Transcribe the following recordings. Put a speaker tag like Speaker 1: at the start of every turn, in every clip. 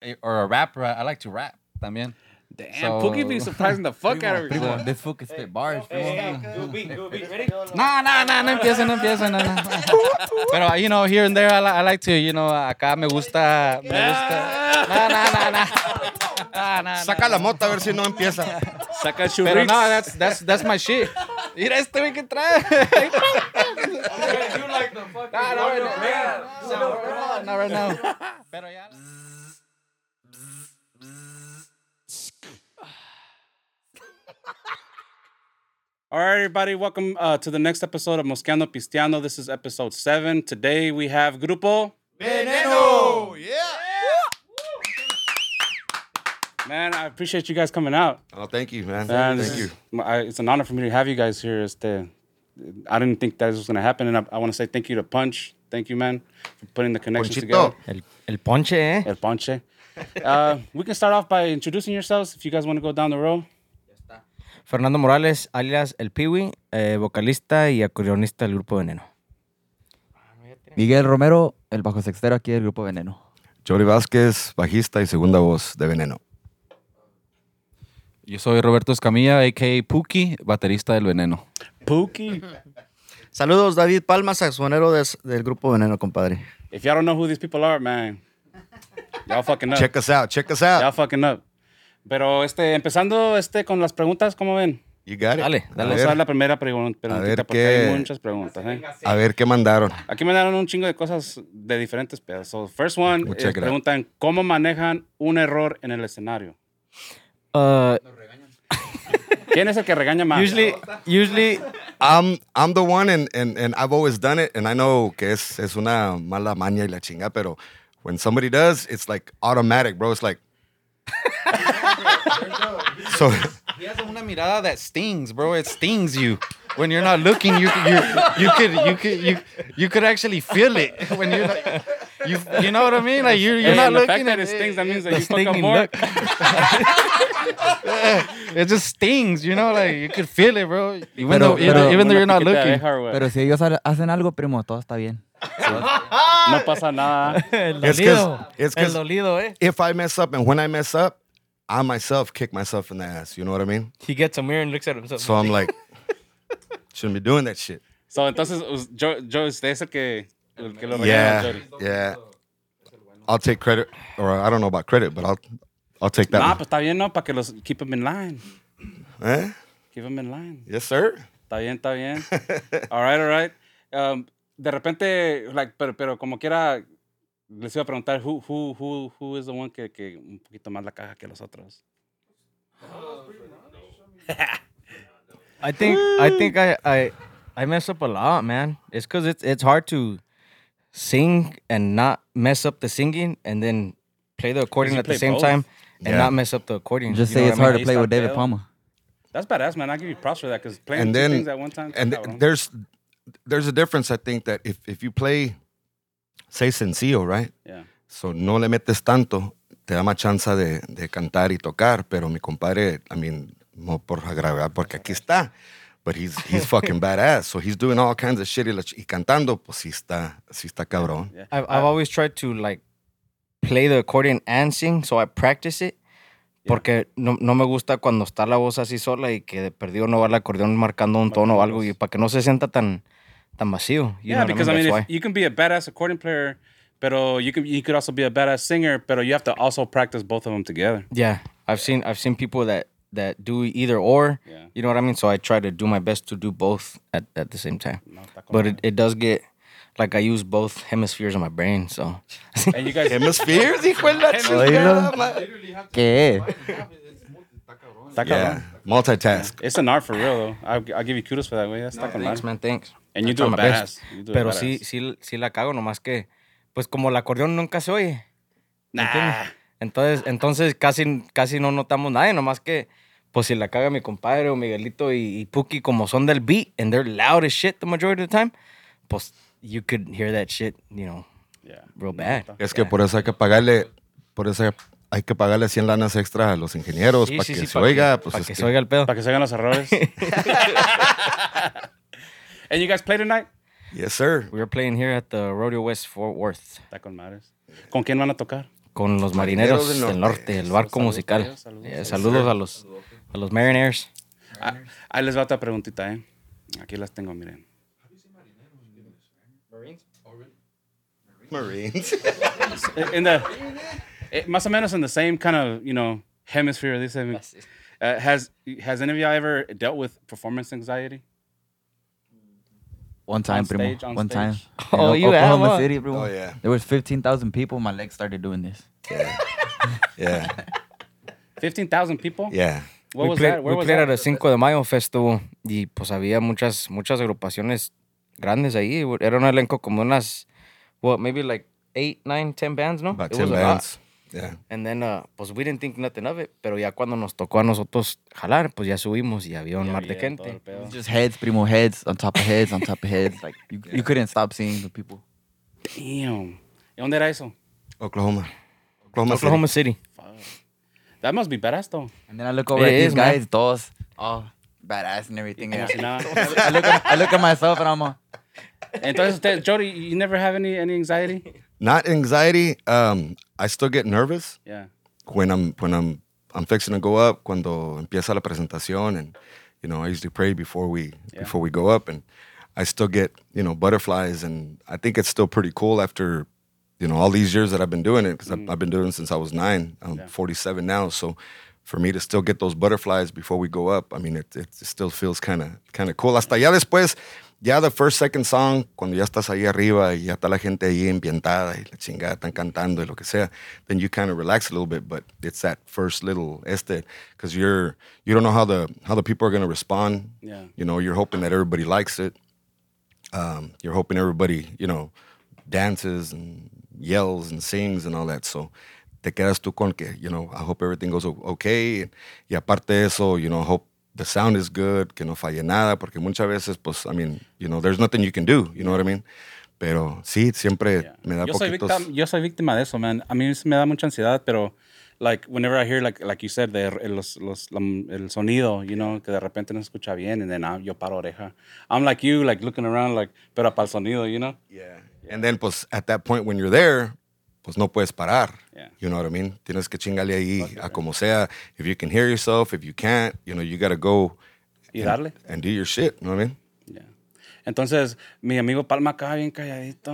Speaker 1: Eh, or a rapper, I, I like to rap también.
Speaker 2: Damn,
Speaker 1: So-
Speaker 2: Pookie be surprising the fuck out of
Speaker 1: Primo,
Speaker 2: yourself.
Speaker 1: this fool can spit bars,
Speaker 3: eh,
Speaker 1: primo.
Speaker 4: Good beat, good beat. Ready?
Speaker 1: No, no, no, no empiecen, no empiecen. No, no. Pero, you know, here and there, I, li- I like to, you know, acá me gusta, me gusta. No, no, no, no. No, no, no.
Speaker 5: Saca la mota a ver si no empieza.
Speaker 1: Pero
Speaker 2: Saca churritos.
Speaker 1: no, that's, that's, that's my shit. Mira este güey que trae.
Speaker 4: You like the fucking
Speaker 1: No, no, no,
Speaker 4: Wonder
Speaker 1: no,
Speaker 4: Man. So,
Speaker 1: No, no, right now. Pero ya.
Speaker 2: All right, everybody, welcome uh, to the next episode of Moscando Pistiano. This is episode seven. Today we have Grupo.
Speaker 5: Veneno. Yeah.
Speaker 2: Man, I appreciate you guys coming out.
Speaker 5: Oh, thank you, man.
Speaker 2: Man,
Speaker 5: thank
Speaker 2: this
Speaker 5: you.
Speaker 2: is- my- I, it's an honor for me to have you guys here. Este, I didn't think that was going to happen, and I, I want to say thank you to Punch. Thank you, man, for putting the connections together.
Speaker 5: Ponchito.
Speaker 3: El, el ponche, eh.
Speaker 2: El Ponche. Uh, we can start off by introducing yourselves if you guys want to go down the row.
Speaker 3: Fernando Morales, alias El Piwi, eh, vocalista y acordeonista del grupo Veneno.
Speaker 6: Miguel Romero, el bajo sextero aquí del grupo Veneno.
Speaker 5: Jory Vázquez, bajista y segunda voz de Veneno.
Speaker 1: Yo soy Roberto Escamilla, a.k.a. Puki, baterista del Veneno.
Speaker 2: Pookie.
Speaker 7: Saludos, David Palma, saxonero des- del grupo Veneno, compadre.
Speaker 2: If y'all don't know who these people are, man, y'all fucking up.
Speaker 5: Check us out. Check us out.
Speaker 2: Y'all fucking up. Pero este, empezando este con las preguntas, ¿cómo ven?
Speaker 5: You got it.
Speaker 3: Dale, dale.
Speaker 5: A
Speaker 2: Vamos a,
Speaker 5: ver,
Speaker 2: dar la primera pregun- preguntita
Speaker 5: ver
Speaker 2: porque
Speaker 5: qué-
Speaker 2: hay muchas preguntas. ¿eh?
Speaker 5: a ver qué mandaron.
Speaker 2: Aquí me dieron un chingo de cosas de diferentes pedazos. So, first one,
Speaker 5: Muchas
Speaker 2: eh,
Speaker 5: gracias.
Speaker 2: preguntan cómo manejan un error en el escenario.
Speaker 3: Uh,
Speaker 2: ¿Quién es el que regaña más?
Speaker 3: usually, usually,
Speaker 5: I'm, I'm the one and, and, and I've always done it and I know que es, es una mala maña y la chinga, pero when somebody does, it's like automatic, bro. It's like... so,
Speaker 1: He has una mirada that stings, bro. It stings you. When you're not looking, you you you could you could you, you could actually feel it when you're not, you you know what I mean? Like you're you're
Speaker 2: Hey,
Speaker 1: not
Speaker 2: and the fact
Speaker 1: looking
Speaker 2: that
Speaker 1: at
Speaker 2: it stings, that means that
Speaker 3: the
Speaker 2: you fuck up
Speaker 3: stinging
Speaker 2: more.
Speaker 3: look.
Speaker 1: It just stings, you know. Like you could feel it, bro. Even
Speaker 6: Pero-
Speaker 1: though even,
Speaker 6: pero-
Speaker 1: even though you're
Speaker 2: Una
Speaker 1: not
Speaker 2: piquita de
Speaker 1: looking.
Speaker 2: abeja, güey.
Speaker 6: Pero si ellos ha- hacen algo, primo, todo está bien.
Speaker 2: no pasa nada.
Speaker 3: el
Speaker 5: It's 'cause-
Speaker 3: dolido.
Speaker 5: it's 'cause-
Speaker 3: el dolido, eh.
Speaker 5: if I mess up and when I mess up, I myself kick myself in the ass. You know what I mean?
Speaker 3: He gets a mirror and looks at himself.
Speaker 5: So I'm like, shouldn't be doing that shit.
Speaker 2: So, entonces, us- yo, yo, usted es el que, el que lo regaña.
Speaker 5: Yeah,
Speaker 2: Jory.
Speaker 5: yeah. I'll take credit, or I don't know about credit, but I'll I'll take
Speaker 2: Nah,
Speaker 5: that.
Speaker 2: pues está bien, ¿no? Para que los keep them in line.
Speaker 5: one. Eh?
Speaker 2: Keep them in line.
Speaker 5: Yes, sir.
Speaker 2: Está bien, está bien. All right, all right. Um, de repente, like, pero, pero como quiera, les iba a preguntar, who, who, who, who is the one que, que un poquito más la caja que los otros?
Speaker 3: I think, I think I, I, I mess up a lot, man. It's because it's it's hard to sing and not mess up the singing, and then play the accordion
Speaker 2: you
Speaker 3: at the
Speaker 2: play
Speaker 3: same
Speaker 2: both.
Speaker 3: time and
Speaker 5: Yeah.
Speaker 3: not mess up the accordion.
Speaker 6: Just
Speaker 3: you know
Speaker 6: say
Speaker 3: what
Speaker 6: it's
Speaker 3: I mean?
Speaker 6: hard
Speaker 2: Ahí
Speaker 6: to play
Speaker 2: está
Speaker 6: with David
Speaker 2: feo.
Speaker 6: Palma.
Speaker 2: That's badass, man. I give you props for that because playing
Speaker 5: And
Speaker 2: two
Speaker 5: then-
Speaker 2: things at one time.
Speaker 5: And
Speaker 2: cabrón.
Speaker 5: there's there's a difference, I think, that if if you play, say sencillo, right?
Speaker 2: yeah.
Speaker 5: So no le metes tanto, te da más chance de, de cantar y tocar. Pero mi compadre, I mean, no por agravar, porque aquí está. But he's, he's fucking badass. So he's doing all kinds of shit. Y, la ch- y cantando, pues sí está, sí está cabrón.
Speaker 3: I've, I've always tried to like play the accordion and sing, so I practice it. Porque no, no me gusta cuando está la voz así sola y que de perdido no va el acordeón marcando un tono o algo y para que no se sienta tan, tan vacío. you
Speaker 2: yeah,
Speaker 3: know what
Speaker 2: because I mean,
Speaker 3: That's
Speaker 2: if, you can be a badass accordion player, pero you can you could also be a badass singer, pero you have to also practice both of them together.
Speaker 3: why. yeah, I've seen I've seen people that that do either or.
Speaker 2: Yeah.
Speaker 3: You know what I mean? So I try to do my best to do both at, at the same time. But it, it does get like I use both hemispheres of my brain, so
Speaker 2: And you guys,
Speaker 5: Hemispheres, hijo de la chingada, madre.
Speaker 6: ¿Qué?
Speaker 2: Está
Speaker 5: Yeah,
Speaker 2: cabrón.
Speaker 5: multitask.
Speaker 2: it's an art for real, though. I'll, I'll give you kudos for that. Way. That's fucking
Speaker 3: thanks, man, thanks.
Speaker 2: And you
Speaker 3: I
Speaker 2: do
Speaker 3: try
Speaker 2: it
Speaker 3: my best.
Speaker 2: badass. You do it
Speaker 3: Pero
Speaker 2: badass.
Speaker 3: sí, sí, sí la cago, nomás que, pues como el acordeón nunca se oye. ¿me entiendes? Entonces, entonces casi, casi no notamos nada, nomás que, pues si la caga mi compadre o Miguelito y, y Puki, como son del beat, and they're loud as shit the majority of the time, pues you could hear that shit, you know,
Speaker 2: Yeah.
Speaker 3: real bad.
Speaker 5: Es que por eso hay que pagarle, por eso hay que pagarle 100 lanas extra a los ingenieros para que se
Speaker 3: pa' que-
Speaker 5: oiga. Pues
Speaker 3: pa'
Speaker 5: es
Speaker 3: que
Speaker 5: que-
Speaker 3: se oiga el pedo.
Speaker 2: Para que se hagan los errores. and you guys play tonight?
Speaker 5: Yes, sir.
Speaker 3: We were playing here at the Rodeo West Fort Worth
Speaker 2: Está con madres. ¿Con quién van a tocar?
Speaker 3: con los marineros, del norte, el barco musical. Eh, Saludos, a los a los Mariners.
Speaker 2: Ah, ahí les va otra preguntita, ¿eh? Aquí las tengo, miren.
Speaker 5: Marines.
Speaker 2: In the, eh, más o menos in the same kind of, you know, hemisphere, dice. mi- Uh, has has any of y'all ever dealt with performance anxiety?
Speaker 6: One time, primo.
Speaker 2: stage, on
Speaker 6: One time.
Speaker 2: stage.
Speaker 6: In
Speaker 3: Oh,
Speaker 6: O-
Speaker 3: you have
Speaker 6: Oklahoma
Speaker 3: one?
Speaker 6: City, primo.
Speaker 5: Oh, yeah.
Speaker 6: There was 15,000 people. My legs started doing this.
Speaker 5: Yeah.
Speaker 2: Fifteen thousand people.
Speaker 5: Yeah.
Speaker 2: What
Speaker 3: we
Speaker 2: was
Speaker 3: played,
Speaker 2: that? Where
Speaker 3: we
Speaker 2: was
Speaker 3: played
Speaker 2: that?
Speaker 3: at a 5 de Mayo Festival y pues había muchas muchas agrupaciones grandes ahí. Era un elenco como unas what maybe like 8, 9, 10 bands, ¿no?
Speaker 5: About
Speaker 3: It was
Speaker 5: 10
Speaker 3: a lot.
Speaker 5: bands. Yeah.
Speaker 3: And then, uh, pues we didn't think nothing of it, pero ya cuando nos tocó a nosotros jalar, pues ya subimos y había un
Speaker 2: Ya
Speaker 3: mar de
Speaker 2: había todo el
Speaker 3: gente.
Speaker 2: pedo.
Speaker 6: Just heads, primo. Heads on top of heads on top of heads. Like, you, you couldn't stop seeing the people.
Speaker 2: Damn. ¿Y dónde era eso?
Speaker 5: Oklahoma. Oklahoma. City.
Speaker 3: Oklahoma City.
Speaker 2: That must be badass, though.
Speaker 6: And then I look over
Speaker 3: It
Speaker 6: at
Speaker 3: is,
Speaker 6: these
Speaker 3: man.
Speaker 6: guys, todos, all badass and everything. and
Speaker 2: Si
Speaker 6: I,
Speaker 2: nada.
Speaker 6: I look at, I look at myself and I'm all,
Speaker 2: Entonces, usted, Jody, you never have any any anxiety?
Speaker 5: Not anxiety. Um, I still get nervous.
Speaker 2: Yeah.
Speaker 5: when I'm when I'm I'm fixing to go up, cuando empieza la presentación, and you know I usually pray before we before we go up, and I still get you know butterflies, and I think it's still pretty cool after you know all these years that I've been doing it because I've, I've been doing it since I was nine. I'm 47 now, so for me to still get those butterflies before we go up, I mean it it still feels kind of kind of cool. Hasta ya después. Ya the first, second song, cuando ya estás ahí arriba y ya está la gente ahí ambientada y la chingada están cantando y lo que sea, then you kind of relax a little bit, but it's that first little este, because you're you don't know how the how the people are gonna respond.
Speaker 2: Yeah.
Speaker 5: You know, you're hoping that everybody likes it. Um, you're hoping everybody, you know, dances and yells and sings and all that. So te quedas tú con que, you know, I hope everything goes o- okay. Y aparte de eso, you know, hope the sound is good, que no falle nada, porque muchas veces, pues, I mean, you know, there's nothing you can do, you know what I mean? Pero sí, siempre me da
Speaker 2: yo, soy
Speaker 5: poquitos...
Speaker 2: víctima, yo soy víctima de eso, man. A mí sí me da mucha ansiedad, pero, like, whenever I hear, like, like you said, de, los, los, la- el sonido, you know, que de repente no se escucha bien, and then ah, yo paro oreja. I'm like you, like, looking around, like, pero para el sonido, you know?
Speaker 5: Yeah. And then, pues, at that point when you're there, pues no puedes parar.
Speaker 2: Yeah.
Speaker 5: You know what I mean? Tienes que chingarle ahí a como sea. If you can hear yourself, if you can't, you know, you gotta go
Speaker 2: Y darle.
Speaker 5: and do your shit. You know what I mean?
Speaker 2: Yeah. Entonces, mi amigo Palma acá bien calladito.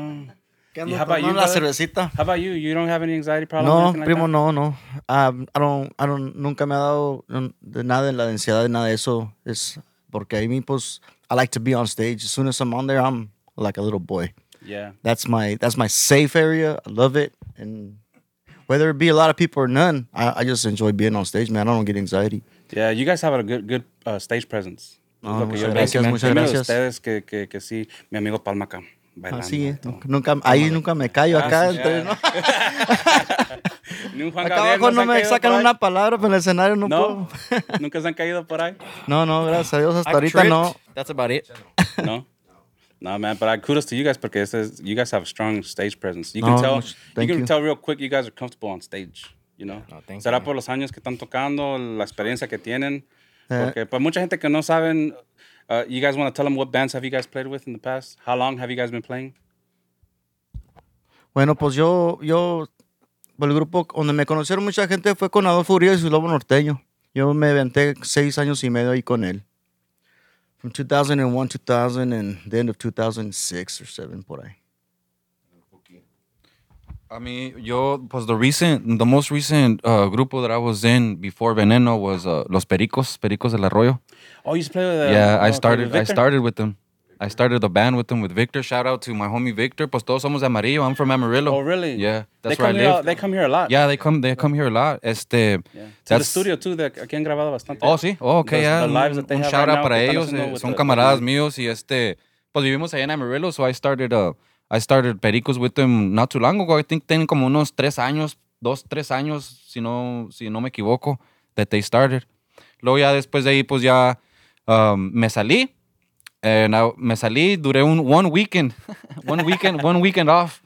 Speaker 7: ¿Qué
Speaker 2: ando
Speaker 7: ando
Speaker 2: tomando
Speaker 7: la
Speaker 2: la
Speaker 7: cervecita?
Speaker 2: How about you? You don't have any anxiety problem?
Speaker 7: No,
Speaker 2: anything like
Speaker 7: primo,
Speaker 2: that?
Speaker 7: no, no. Um, I don't- I don't- nunca me ha dado mm, de nada de la ansiedad, de nada de eso. Es porque a mí, pues, I like to be on stage. As soon as I'm on there, I'm like a little boy.
Speaker 2: Yeah.
Speaker 7: That's my that's my safe area. I love it, and whether it be a lot of people or none, I, I just enjoy being on stage, man. I don't get anxiety.
Speaker 2: Yeah, you guys have a good, good uh, stage presence. Es
Speaker 7: No,
Speaker 2: lo que yo
Speaker 7: Ah, muchas
Speaker 2: veo.
Speaker 7: gracias,
Speaker 2: Primero
Speaker 7: muchas
Speaker 2: de
Speaker 7: gracias.
Speaker 2: ustedes que, que, que sí, mi amigo Palma acá. bailando
Speaker 7: Así,
Speaker 2: y
Speaker 7: eh,
Speaker 2: todo.
Speaker 7: nunca, ahí nunca me callo acá.
Speaker 2: Ah, sí,
Speaker 7: entre-
Speaker 2: ya.
Speaker 7: ¿no?
Speaker 2: Ni un Juan
Speaker 7: Acá
Speaker 2: Gabriel
Speaker 7: abajo
Speaker 2: se
Speaker 7: no
Speaker 2: han
Speaker 7: me
Speaker 2: caído
Speaker 7: sacan
Speaker 2: por ahí.
Speaker 7: una palabra pero en el escenario, no,
Speaker 2: No,
Speaker 7: puedo.
Speaker 2: nunca se han caído por ahí.
Speaker 7: No, no, gracias a Dios, hasta
Speaker 3: I
Speaker 7: ahorita
Speaker 3: tripped.
Speaker 7: no.
Speaker 3: That's about it.
Speaker 2: No. No, man, but I, kudos to you guys because this is, you guys have a strong stage presence. You can
Speaker 7: No,
Speaker 2: tell,
Speaker 7: much-
Speaker 2: you
Speaker 7: thank
Speaker 2: can
Speaker 7: you.
Speaker 2: tell real quick you guys are comfortable on stage. You know?
Speaker 3: No, thank
Speaker 2: Será
Speaker 3: you,
Speaker 2: por los años que están tocando, la experiencia que tienen.
Speaker 7: Eh.
Speaker 2: Porque para mucha gente que no saben, uh, you guys want to tell them what bands have you guys played with in the past? How long have you guys been playing?
Speaker 7: Bueno, pues yo, yo, pues, el grupo donde me conocieron mucha gente fue con Adolfo Uribe y su Lobo Norteño. Yo me aventé seis años y medio ahí con él. From 2001, 2000, and the end of 2006 or 7, por ahí.
Speaker 1: I mean, yo, pues the recent, the most recent uh, grupo that I was in before Veneno was uh, Los Pericos, Pericos del Arroyo.
Speaker 2: Oh, you used to play with uh,
Speaker 1: yeah,
Speaker 2: oh,
Speaker 1: I
Speaker 2: okay,
Speaker 1: started,
Speaker 2: with
Speaker 1: I
Speaker 2: Victor?
Speaker 1: started with them. I started the band with them with Victor. Shout out to my homie Victor. Pues todos somos de Amarillo. I'm from Amarillo.
Speaker 2: Oh, really?
Speaker 1: Yeah,
Speaker 2: They
Speaker 1: that's where I
Speaker 2: come, here, a-
Speaker 1: live.
Speaker 2: they come here a lot.
Speaker 1: Yeah, they come, they come here a lot. Este,
Speaker 2: Yeah. To the
Speaker 1: that's-
Speaker 2: studio, too. De, aquí han grabado bastante.
Speaker 1: Oh, sí. Oh, ok,
Speaker 2: Los-
Speaker 1: ya.
Speaker 2: the
Speaker 1: Un,
Speaker 2: lives that they
Speaker 1: un
Speaker 2: have
Speaker 1: shout
Speaker 2: right
Speaker 1: out
Speaker 2: now
Speaker 1: para
Speaker 2: que están
Speaker 1: ellos.
Speaker 2: haciendo
Speaker 1: eh,
Speaker 2: with
Speaker 1: son
Speaker 2: the-
Speaker 1: camaradas míos y este. Pues vivimos allá en Amarillo, so I started, uh, I started Pericos with them not too long ago. I think tienen como unos tres años, dos, tres años, si no, si no me equivoco, that they started. Luego ya después de ahí, pues ya um, me salí. Eh, And I- me salí, duré un one weekend, one weekend, one weekend off.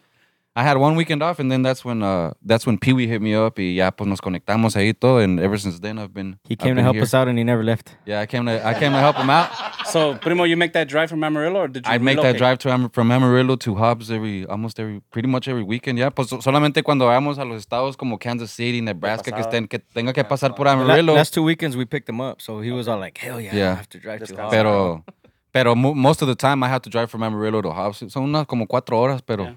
Speaker 1: I had one weekend off, and then that's when uh, that's when Pee Wee hit me up. Y ya pues nos conectamos ahí todo, and ever since then I've been.
Speaker 6: He
Speaker 1: I've
Speaker 6: came to
Speaker 1: been
Speaker 6: help
Speaker 1: here.
Speaker 6: us out and he never left.
Speaker 1: Yeah, I came to I came to help him out.
Speaker 2: So, Primo, you make that drive from Amarillo, or did you
Speaker 1: I'd make that
Speaker 2: relocate?
Speaker 1: drive to Am- from Amarillo to Hobbs every almost every pretty much every weekend. Yeah, pues so- solamente cuando vayamos a los estados como Kansas City, Nebraska, que estén que tenga que pasar por
Speaker 3: La-
Speaker 1: Amarillo.
Speaker 3: Last two weekends we picked him up, so he was all like, "Hell yeah,
Speaker 1: Yeah.
Speaker 3: I have to drive to
Speaker 2: Descansa.
Speaker 3: Austin."
Speaker 1: Pero, pero mo- most of the time I have to drive from Amarillo to Hobbs. Son unas como cuatro horas, pero,
Speaker 2: Yeah.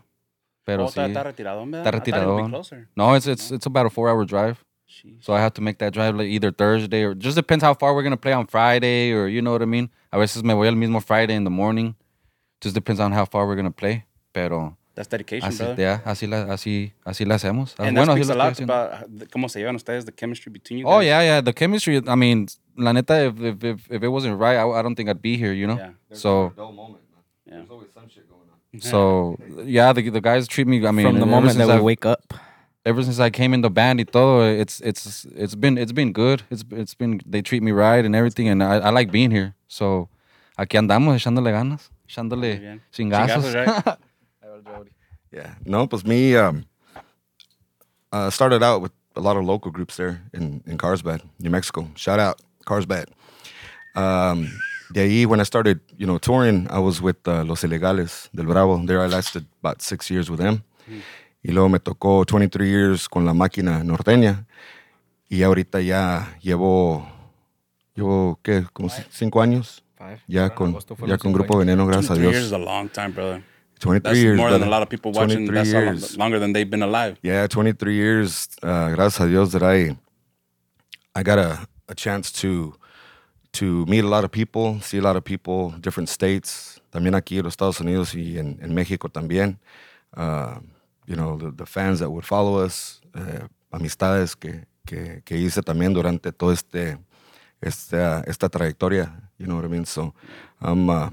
Speaker 1: pero
Speaker 2: Oh, está,
Speaker 1: sí.
Speaker 2: está retirado,
Speaker 1: Está
Speaker 2: ¿verdad? I thought it'd be
Speaker 1: retirado.
Speaker 2: closer.
Speaker 1: No, it's it's it's about a four hour drive.
Speaker 2: Jeez.
Speaker 1: So I have to make that drive like either Thursday or just depends how far we're gonna play on Friday or you know what I mean. A veces me voy el mismo Friday in the morning. Just depends on how far we're gonna play. Pero
Speaker 2: That's dedication,
Speaker 1: así,
Speaker 2: brother.
Speaker 1: yeah, así la así así la hacemos.
Speaker 2: And
Speaker 1: Bueno,
Speaker 2: that
Speaker 1: así
Speaker 2: speaks
Speaker 1: lo estoy
Speaker 2: a lot
Speaker 1: haciendo.
Speaker 2: about how- the- cómo se llevan ustedes, the chemistry between you guys.
Speaker 1: Oh yeah, yeah. The chemistry. I mean, la neta, if if if, if it wasn't right, I, I don't think I'd be here. You know.
Speaker 2: Yeah.
Speaker 1: So
Speaker 5: Dull moment, man.
Speaker 2: Yeah.
Speaker 5: There's always some shit going on.
Speaker 1: so yeah, the the guys treat me. I mean,
Speaker 3: from the
Speaker 1: ever
Speaker 3: moment
Speaker 1: since
Speaker 3: that we
Speaker 1: I've-
Speaker 3: wake up,
Speaker 1: ever since I came in the band, y todo, it's it's it's been it's been good. It's it's been they treat me right and everything, and I, I like being here. So aquí andamos echándole ganas,
Speaker 2: Muy
Speaker 1: echándole
Speaker 2: bien.
Speaker 1: chingazos.
Speaker 2: Chingazos, ¿eh? right?
Speaker 5: Yeah. No, it was me. Um, uh, started out with a lot of local groups there in, in Carlsbad, New Mexico. Shout out, Carlsbad. Um, de ahí, when I started, you know, touring, I was with uh, Los Ilegales del Bravo. There I lasted about six years with them.
Speaker 2: Hmm.
Speaker 5: Y luego me tocó 23 years con La Máquina Norteña. Y ahorita ya llevo, llevo, ¿qué? Como c- cinco años. Ya con, ya con Grupo Veneno, gracias a
Speaker 2: 23 years is
Speaker 5: Dios.
Speaker 2: a long time, brother.
Speaker 5: 23
Speaker 2: That's
Speaker 5: years.
Speaker 2: more than a
Speaker 5: brother.
Speaker 2: lot of people watching.
Speaker 5: 23
Speaker 2: That's a lo-
Speaker 5: years.
Speaker 2: longer than they've been alive.
Speaker 5: Yeah, 23 years. Uh, gracias a Dios that I I got a, a chance to to meet a lot of people, see a lot of people, different states. También aquí en los Estados Unidos y en, en México también. Uh, you know, the, the fans that would follow us, eh, amistades que, que, que hice también durante todo este esta, esta trayectoria. You know what I mean? So I'm uh,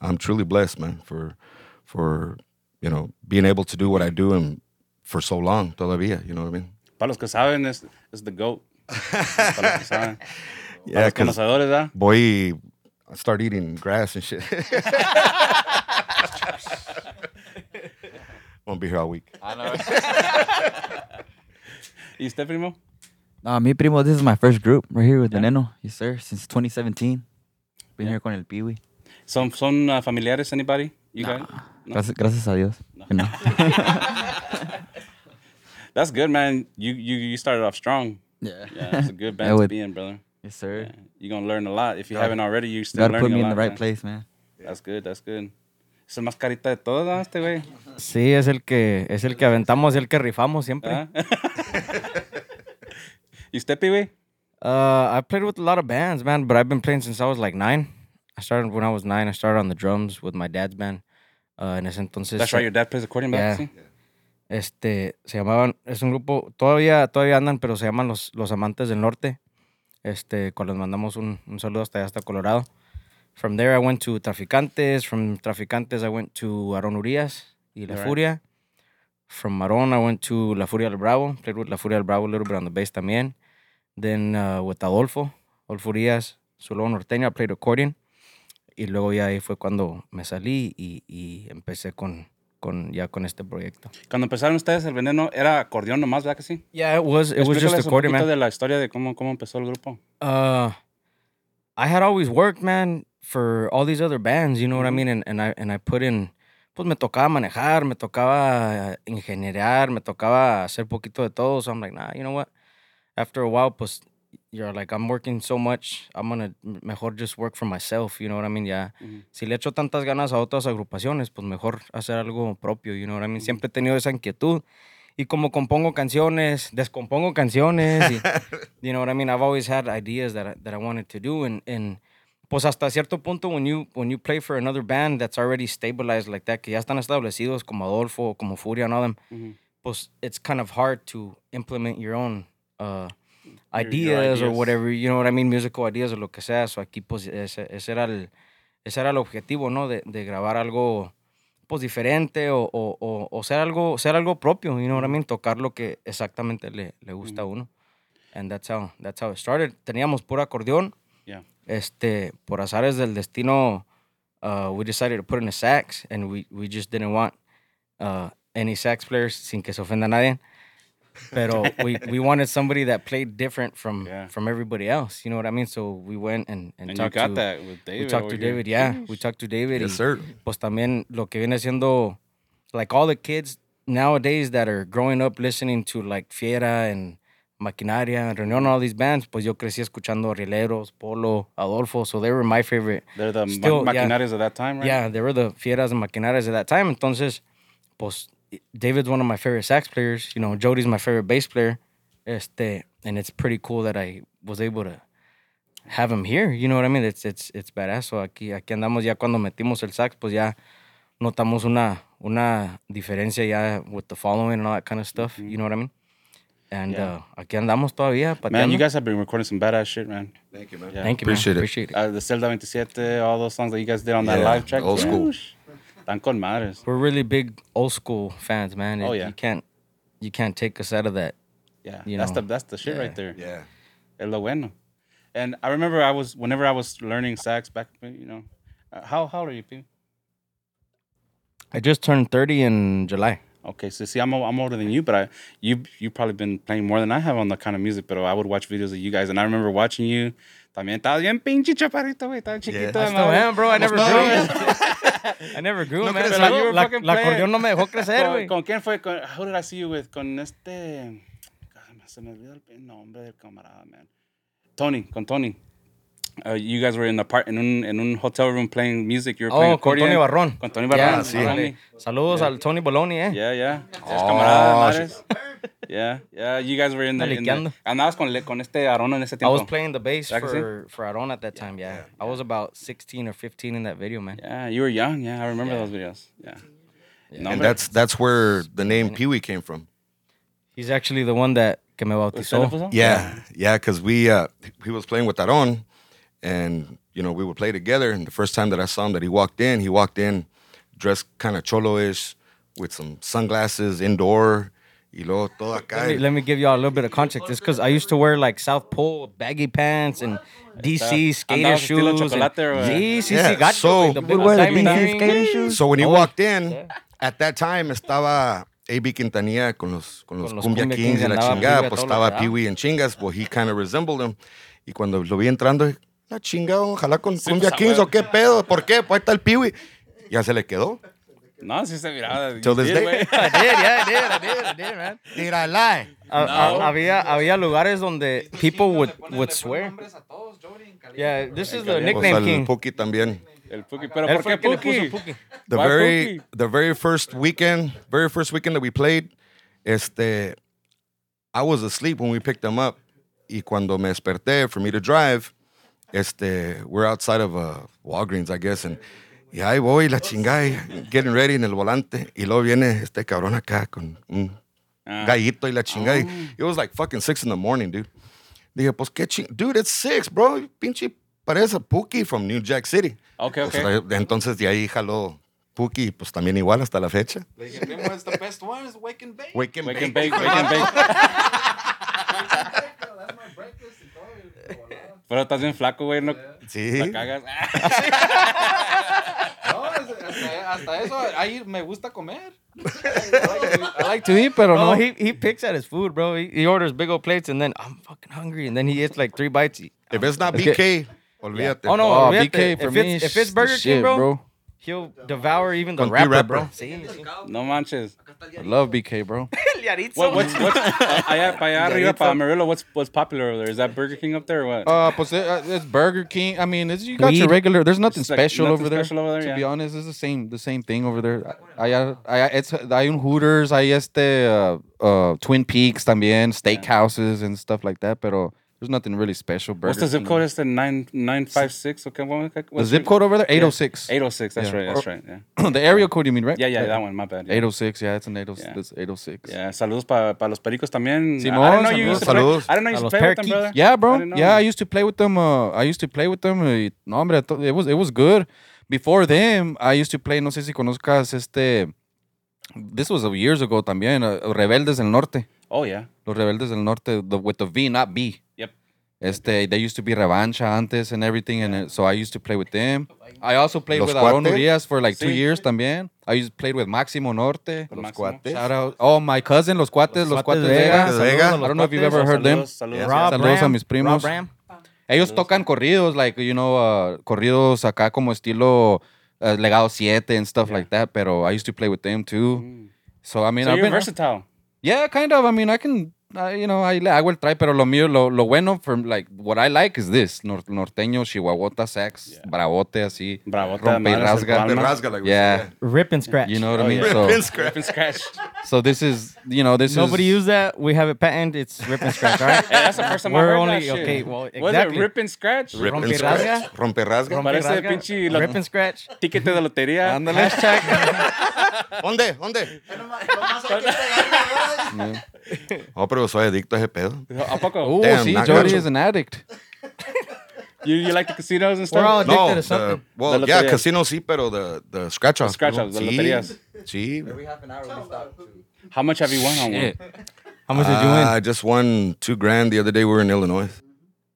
Speaker 5: I'm truly blessed, man, for for you know being able to do what I do and for so long todavía. You know what I mean?
Speaker 2: Para los que saben, es, es the goat. Para los que saben. Para
Speaker 5: Yeah,
Speaker 2: los
Speaker 5: because
Speaker 2: conocedores, ¿verdad?
Speaker 5: boy, I start eating grass and shit. Won't be here all week.
Speaker 2: ¿Y usted, primo?
Speaker 6: Nah, me primo, this is my first group. We're here with Veneno, yes sir, since 2017. Been here con el Pee Wee.
Speaker 2: ¿Son, son uh, familiares, anybody? You guys? No?
Speaker 6: Gracias, gracias a Dios. You know.
Speaker 2: That's good, man. You, you, you started off strong.
Speaker 6: Yeah.
Speaker 2: Yeah, it's a good
Speaker 6: I
Speaker 2: band to
Speaker 6: would-
Speaker 2: be in, brother.
Speaker 6: Yes sir.
Speaker 2: You're going to learn a lot. If you
Speaker 6: Gotta-
Speaker 2: haven't already, you're still
Speaker 6: You gotta
Speaker 2: learning
Speaker 6: put me
Speaker 2: a
Speaker 6: in
Speaker 2: lot.
Speaker 6: the right
Speaker 2: man.
Speaker 6: place, man.
Speaker 2: That's good, that's good. Es el más carita de todos, ¿no? este güey.
Speaker 3: sí es el que es el que aventamos, el que rifamos siempre.
Speaker 2: ¿Ah? ¿Y usted, pibe?
Speaker 3: Uh, I played with a lot of bands, man, but I've been playing since I was like nine. I started when I was nine. I started on the drums with my dad's band. Uh, en ese entonces.
Speaker 2: That's right, your dad plays accordion back,
Speaker 3: Yeah.
Speaker 2: sí?
Speaker 3: Este, se llamaban, es un grupo, todavía, todavía andan, pero se llaman los, los Amantes del Norte. Este, con los mandamos un, un saludo hasta allá, hasta Colorado. From there I went to Traficantes. From Traficantes I went to Aarón Urias y La
Speaker 2: Alright.
Speaker 3: Furia. From Aarón I went to La Furia del Bravo. Played with La Furia del Bravo a little bit on the bass también. Then uh, with Adolfo, Adolfo Urias, solo norteño, I played accordion. Y luego ya ahí fue cuando me salí y, y empecé con, con, ya con este proyecto.
Speaker 2: Cuando empezaron ustedes, el veneno era acordeón nomás, ¿verdad que sí?
Speaker 3: Yeah, it was. It was just
Speaker 2: Explícales
Speaker 3: a
Speaker 2: un
Speaker 3: quarter,
Speaker 2: poquito
Speaker 3: man.
Speaker 2: de la historia de cómo, cómo empezó el grupo.
Speaker 3: Uh, I had always worked, man, for all these other bands. You know what I mean? And and I and I put in. Pues me tocaba manejar, me tocaba eh, ingeniar, me tocaba hacer poquito de todo. So I'm like, nah, you know what? After a while, pues you're like, I'm working so much. I'm gonna mejor just work for myself. You know what I mean? Yeah.
Speaker 2: Ujú.
Speaker 3: Si le echo tantas ganas a otras agrupaciones, pues mejor hacer algo propio. You know what I mean?
Speaker 2: Ujú.
Speaker 3: Siempre he tenido esa inquietud. Y como compongo canciones, descompongo canciones. y- you know what I mean? I've always had ideas that I, that I wanted to do, and and pues hasta cierto punto when you when you play for another band that's already stabilized like that, que ya están establecidos como Adolfo, como Furia, and all them,
Speaker 2: Ujú.
Speaker 3: pues it's kind of hard to implement your own uh,
Speaker 2: Your- your
Speaker 3: ideas, or
Speaker 2: ideas.
Speaker 3: whatever. You know what I mean? Musical ideas or lo que sea. So aquí pues ese, ese era el ese era el objetivo, ¿no? De, de grabar algo pues diferente o, o, o, o ser algo ser algo propio, you know what I mean? Tocar lo que exactamente le, le gusta a uno. And that's how, that's how it started. Teníamos puro acordeón.
Speaker 2: Yeah.
Speaker 3: Este, por azares del destino, uh, we decided to put in a sax and we, we just didn't want uh, any sax players sin que se ofenda a nadie. Pero we, we wanted somebody that played different from
Speaker 2: Yeah.
Speaker 3: from everybody else. You know what I mean? So we went and,
Speaker 2: And
Speaker 3: and,
Speaker 2: you
Speaker 3: talked
Speaker 2: got
Speaker 3: to
Speaker 2: that with David.
Speaker 3: we talked
Speaker 2: over
Speaker 3: to
Speaker 2: here.
Speaker 3: David, yeah. We talked to David.
Speaker 5: Yes,
Speaker 3: y
Speaker 5: sir.
Speaker 3: Pues también lo que viene siendo, like all the kids nowadays that are growing up listening to like Fiera and Maquinaria and Reunión, all these bands, pues yo crecí escuchando Rileros, Polo, Adolfo. So they were my favorite.
Speaker 2: They're the
Speaker 3: Still,
Speaker 2: ma-
Speaker 3: yeah.
Speaker 2: maquinarias of that time, right?
Speaker 3: Yeah, they were the Fieras and Maquinarias at that time. Entonces, pues, David's one of my favorite sax players. You know, Jody's my favorite bass player. Este, and it's pretty cool that I was able to have him here. You know what I mean? It's, it's, it's badass. So aquí, aquí andamos ya cuando metimos el sax, pues ya notamos una, una diferencia ya with the following and all that kind of stuff. You know what I mean? And
Speaker 2: Mm-hmm. Yeah.
Speaker 3: uh, aquí andamos todavía.
Speaker 2: Man, you
Speaker 3: pateando.
Speaker 2: guys have been recording some badass shit, man.
Speaker 5: Thank you, man.
Speaker 2: Yeah.
Speaker 3: Thank you, man.
Speaker 5: Appreciate it.
Speaker 3: Appreciate it.
Speaker 2: Uh, the Zelda 27, all those songs that you guys did on that
Speaker 5: Yeah,
Speaker 2: live track.
Speaker 5: old school.
Speaker 2: Whoosh. Tan con madres.
Speaker 3: We're really big old school fans, man.
Speaker 2: Oh,
Speaker 3: It-
Speaker 2: yeah.
Speaker 3: You can't, you can't take us out of that.
Speaker 2: Yeah,
Speaker 3: You
Speaker 2: that's
Speaker 3: know.
Speaker 2: the that's the shit right there.
Speaker 5: Yeah.
Speaker 2: Es lo bueno. And I remember I was whenever I was learning sax back, you know, uh, how how old are you, P?
Speaker 3: I just turned 30 in July.
Speaker 2: Okay, so see, I'm o- I'm older than you, but I you you probably been playing more than I have on that kind of music. But I would watch videos of you guys, and I remember watching you. También estaba bien pinche chaparrito, güey, estaba chiquito.
Speaker 3: I
Speaker 2: de
Speaker 3: still
Speaker 2: madre.
Speaker 3: am, bro. I never grew.
Speaker 2: No,
Speaker 3: I never grew,
Speaker 5: No
Speaker 3: man.
Speaker 5: crees,
Speaker 3: La,
Speaker 2: you were
Speaker 3: la,
Speaker 2: fucking
Speaker 3: la
Speaker 2: playing.
Speaker 3: acordeón no me dejó crecer,
Speaker 2: ¿Con,
Speaker 3: güey.
Speaker 2: con quién fue? Con, ah, who did I see you with? Con este. God, Se me olvidó el nombre del camarada, man. Tony, con Tony. Uh, you guys were in the part in un, en un hotel room playing music. You were playing
Speaker 3: Oh, con Tony
Speaker 2: accordion.
Speaker 3: Barrón.
Speaker 2: Con Tony
Speaker 3: Yeah,
Speaker 2: Barrón.
Speaker 3: sí. Órale. Saludos al Tony Bologna, eh.
Speaker 2: Yeah, yeah. Es camarada,
Speaker 5: Ah,
Speaker 2: madres. Yeah, yeah. You guys were in the.
Speaker 3: Anda
Speaker 2: In the
Speaker 3: liqueando.
Speaker 2: andabas con, le- con este Aaron en ese
Speaker 3: I was
Speaker 2: tiempo.
Speaker 3: playing the bass
Speaker 2: ¿Verdad que sí?
Speaker 3: for, for Aron at that time, yeah. I was about 16 or 15 in that video, man.
Speaker 2: Yeah, you were young. Yeah, I remember those videos. Yeah. No,
Speaker 5: And
Speaker 2: hombre.
Speaker 5: that's that's where the name Pee Wee came from.
Speaker 3: He's actually the one that que me
Speaker 2: ¿Usted le
Speaker 3: bautizó.
Speaker 2: puso?
Speaker 5: Yeah, yeah, because we uh, he was playing with Aron, and you know we would play together. And the first time that I saw him, that he walked in, he walked in dressed kind of cholo-ish with some sunglasses, indoor. Y luego todo
Speaker 3: Let me,
Speaker 5: acá.
Speaker 3: let me give y'all a little bit of context. It's because I used to wear like South Pole baggy pants and DC skater
Speaker 2: Andabas estilo
Speaker 3: shoes. and-
Speaker 2: chocolate or-
Speaker 3: Sí, sí,
Speaker 5: Yeah,
Speaker 3: sí, gacho,
Speaker 5: so-
Speaker 3: güey, the
Speaker 5: You
Speaker 3: big
Speaker 6: wear the
Speaker 3: diamond
Speaker 6: DC
Speaker 3: earring.
Speaker 6: skater shoes?
Speaker 5: So when he walked in, at that time estaba A.B. Quintanilla con los, con los,
Speaker 3: Con los
Speaker 5: Cumbia,
Speaker 3: Cumbia Kings
Speaker 5: Kings y la
Speaker 3: andaba
Speaker 5: chingada,
Speaker 3: Cumbia
Speaker 5: pues
Speaker 3: todo lo que
Speaker 5: estaba
Speaker 3: daba.
Speaker 5: Pee Wee en chingas, pues he kind of resembled him. Y cuando lo vi entrando, la chingada, ojalá con Cumbia
Speaker 2: pues, a
Speaker 5: Kings
Speaker 2: huevo.
Speaker 5: o qué pedo, ¿por qué? Pues ahí está el Pee Wee. Ya se le quedó.
Speaker 2: No, sí se miraba. You
Speaker 5: Till this
Speaker 2: did,
Speaker 5: day.
Speaker 2: güey.
Speaker 3: I did, yeah, I did, I did, I did, man.
Speaker 7: Did I lie?
Speaker 3: A- a- había, había lugares donde people would, would swear. Yeah, this is the
Speaker 5: Pues al
Speaker 3: nickname king.
Speaker 5: Puki también.
Speaker 2: El Puki. Pero
Speaker 3: Él
Speaker 2: ¿por
Speaker 3: fue
Speaker 2: qué
Speaker 3: el que le puso
Speaker 2: Puki?
Speaker 3: Puki.
Speaker 5: The
Speaker 2: Why
Speaker 5: very
Speaker 2: Puki?
Speaker 5: the very first weekend, very first weekend that we played, este, I was asleep when we picked them up. Y cuando me desperté for me to drive, este, we're outside of a Walgreens, I guess, and y ahí voy la chingada, y getting ready en el volante, y luego viene este cabrón acá con un
Speaker 2: Ah.
Speaker 5: gallito y la chingada.
Speaker 2: Oh.
Speaker 5: y- It was like fucking six in the morning, dude. Dije, pues qué ching, dude, it's six, bro, pinche parece Puki from New Jack City.
Speaker 2: Okay,
Speaker 5: Pues,
Speaker 2: okay.
Speaker 5: de- entonces de ahí jaló Puki, pues también igual hasta la fecha.
Speaker 1: Le dije, "Primo, it's the best one, it's Wake and Bake."
Speaker 5: Wake and
Speaker 2: Wake and
Speaker 5: bake.
Speaker 2: bake, wake and bake. Pero estás bien flaco, güey. No
Speaker 5: Sí.
Speaker 2: cagas.
Speaker 1: No, Oh, hasta, hasta eso, ahí me gusta comer.
Speaker 3: I like to eat, pero no. He, he picks at his food, bro. He, he orders big old plates and then I'm fucking hungry. And then he eats like three bites.
Speaker 5: If it's not BK, olvídate.
Speaker 3: Oh, no.
Speaker 1: Oh,
Speaker 3: olvídate.
Speaker 1: BK for
Speaker 3: if,
Speaker 1: me
Speaker 3: it's, if
Speaker 1: is
Speaker 3: it's
Speaker 1: the
Speaker 3: Burger King,
Speaker 1: shit,
Speaker 3: bro,
Speaker 1: bro.
Speaker 3: he'll devour even the
Speaker 5: Con T
Speaker 3: wrapper,
Speaker 5: rapper.
Speaker 3: bro. Sí, sí.
Speaker 2: No manches.
Speaker 1: I love BK, bro.
Speaker 2: What, what's, what's, uh, allá, para allá arriba, para Amarillo, what's, what's popular over there? Is that Burger King up there or what?
Speaker 1: Uh, pues, uh, it's Burger King. I mean, it's, you got your
Speaker 3: Weed.
Speaker 1: regular. There's nothing
Speaker 2: It's like
Speaker 1: special
Speaker 2: nothing
Speaker 1: over there.
Speaker 2: special over there,
Speaker 1: to
Speaker 2: yeah.
Speaker 1: be honest, it's the same, the same thing over there. Allá, allá, it's, hay un Hooters, hay este uh, uh, Twin Peaks también, steakhouses and stuff like that. Pero there's nothing really special. Burger
Speaker 2: what's the zip
Speaker 1: King.
Speaker 2: code? Is the 9956? Okay, what-
Speaker 1: The
Speaker 2: what's
Speaker 1: zip
Speaker 2: your-
Speaker 1: code over there,
Speaker 2: Yeah.
Speaker 1: 806.
Speaker 2: 806, that's
Speaker 1: Yeah.
Speaker 2: right, that's right. Yeah.
Speaker 1: the area code, you mean, right?
Speaker 2: yeah, yeah, that one, my bad. Yeah.
Speaker 1: 806, yeah, it's an 80,
Speaker 2: Yeah.
Speaker 1: it's 806.
Speaker 2: Yeah, saludos para pa los pericos también.
Speaker 1: Simón,
Speaker 2: I don't know you used to play,
Speaker 5: saludos.
Speaker 2: I don't know you
Speaker 3: A
Speaker 2: used
Speaker 3: los
Speaker 2: to play with them,
Speaker 3: parakeets.
Speaker 2: brother.
Speaker 1: Yeah,
Speaker 2: I
Speaker 1: bro.
Speaker 2: didn't know
Speaker 1: yeah, I
Speaker 2: that.
Speaker 1: used to play with them. Uh, I used to play with them. y- no, hombre, to- it was it was good. Before them, I used to play. No sé si conozcas este. This was uh, years ago también. uh, Rebeldes del Norte.
Speaker 2: Oh, yeah.
Speaker 1: Los Rebeldes del Norte the- with the V, not B.
Speaker 2: Yep.
Speaker 1: Este, they used to be Revancha antes and everything, and uh, so I used to play with them. I also played
Speaker 5: Los
Speaker 1: with Aaron
Speaker 5: Cuates.
Speaker 1: Urias for like two years también. I used played with Máximo Norte.
Speaker 2: Máximo.
Speaker 5: cuates.
Speaker 1: Shout out. Oh, my cousin, Los Cuates, Los, Cuates Vega.
Speaker 5: Los Vega.
Speaker 1: I don't know if you've ever heard them.
Speaker 2: Saludos, saludos.
Speaker 1: Rob Saludos a mis primos.
Speaker 3: Rob Ram.
Speaker 1: Ellos tocan corridos, like, you know, uh, corridos acá como estilo uh, Legado 7 and stuff like that, pero I used to play with them too. So, I mean,
Speaker 2: Mm. So
Speaker 1: I've
Speaker 2: you're
Speaker 1: been,
Speaker 2: versatile.
Speaker 1: yeah, kind of. I mean, I can, I- you know, ahí le hago el try, pero lo mío, lo, lo bueno, from like, what I like is this, nor- norteño, chihuahuota, sax, bravote, así,
Speaker 2: Bravota,
Speaker 1: rompe y
Speaker 2: madres, el
Speaker 1: rasga,
Speaker 2: palma.
Speaker 5: Te rasga, like we
Speaker 1: Yeah.
Speaker 5: said,
Speaker 3: Rip and scratch.
Speaker 1: you know what
Speaker 2: Oh,
Speaker 1: I mean?
Speaker 2: yeah.
Speaker 1: So,
Speaker 2: Rip and scratch. Hey,
Speaker 1: so this is, you know, this
Speaker 3: Nobody
Speaker 1: is,
Speaker 3: used that. We have it patented. It's rip and scratch, all right?
Speaker 2: that's the first time I
Speaker 3: We're
Speaker 2: heard
Speaker 3: only-
Speaker 2: that shit.
Speaker 3: okay, well,
Speaker 2: Was it
Speaker 3: exactly.
Speaker 2: rip and scratch?
Speaker 5: Rip and
Speaker 3: Rompe
Speaker 5: scratch.
Speaker 3: rasga.
Speaker 5: Rompe rasga.
Speaker 3: Rompe
Speaker 2: Parece
Speaker 3: rasga,
Speaker 2: pinche lo-
Speaker 3: Rip and scratch.
Speaker 2: Ticket de lotería.
Speaker 1: Ándale.
Speaker 5: ¿Dónde? ¿Dónde? Oh, pero soy adicto a ese pedo.
Speaker 2: ¿A poco?
Speaker 1: Oh,
Speaker 5: Damn,
Speaker 1: sí,
Speaker 5: not
Speaker 1: Jody
Speaker 5: good.
Speaker 1: is an addict.
Speaker 2: You, you like the casinos and
Speaker 3: We're all
Speaker 2: stuff?
Speaker 3: addicted
Speaker 5: No,
Speaker 3: to
Speaker 5: the,
Speaker 3: something.
Speaker 5: well,
Speaker 2: La
Speaker 5: yeah,
Speaker 2: lotería.
Speaker 5: casino sí, pero the, the scratch off.
Speaker 2: scratch off, the loterías.
Speaker 5: Sí.
Speaker 2: How much have you won on one?
Speaker 1: Shit.
Speaker 3: How much did you
Speaker 5: Ah,
Speaker 3: win?
Speaker 5: I just won two grand the other day. We were in Illinois.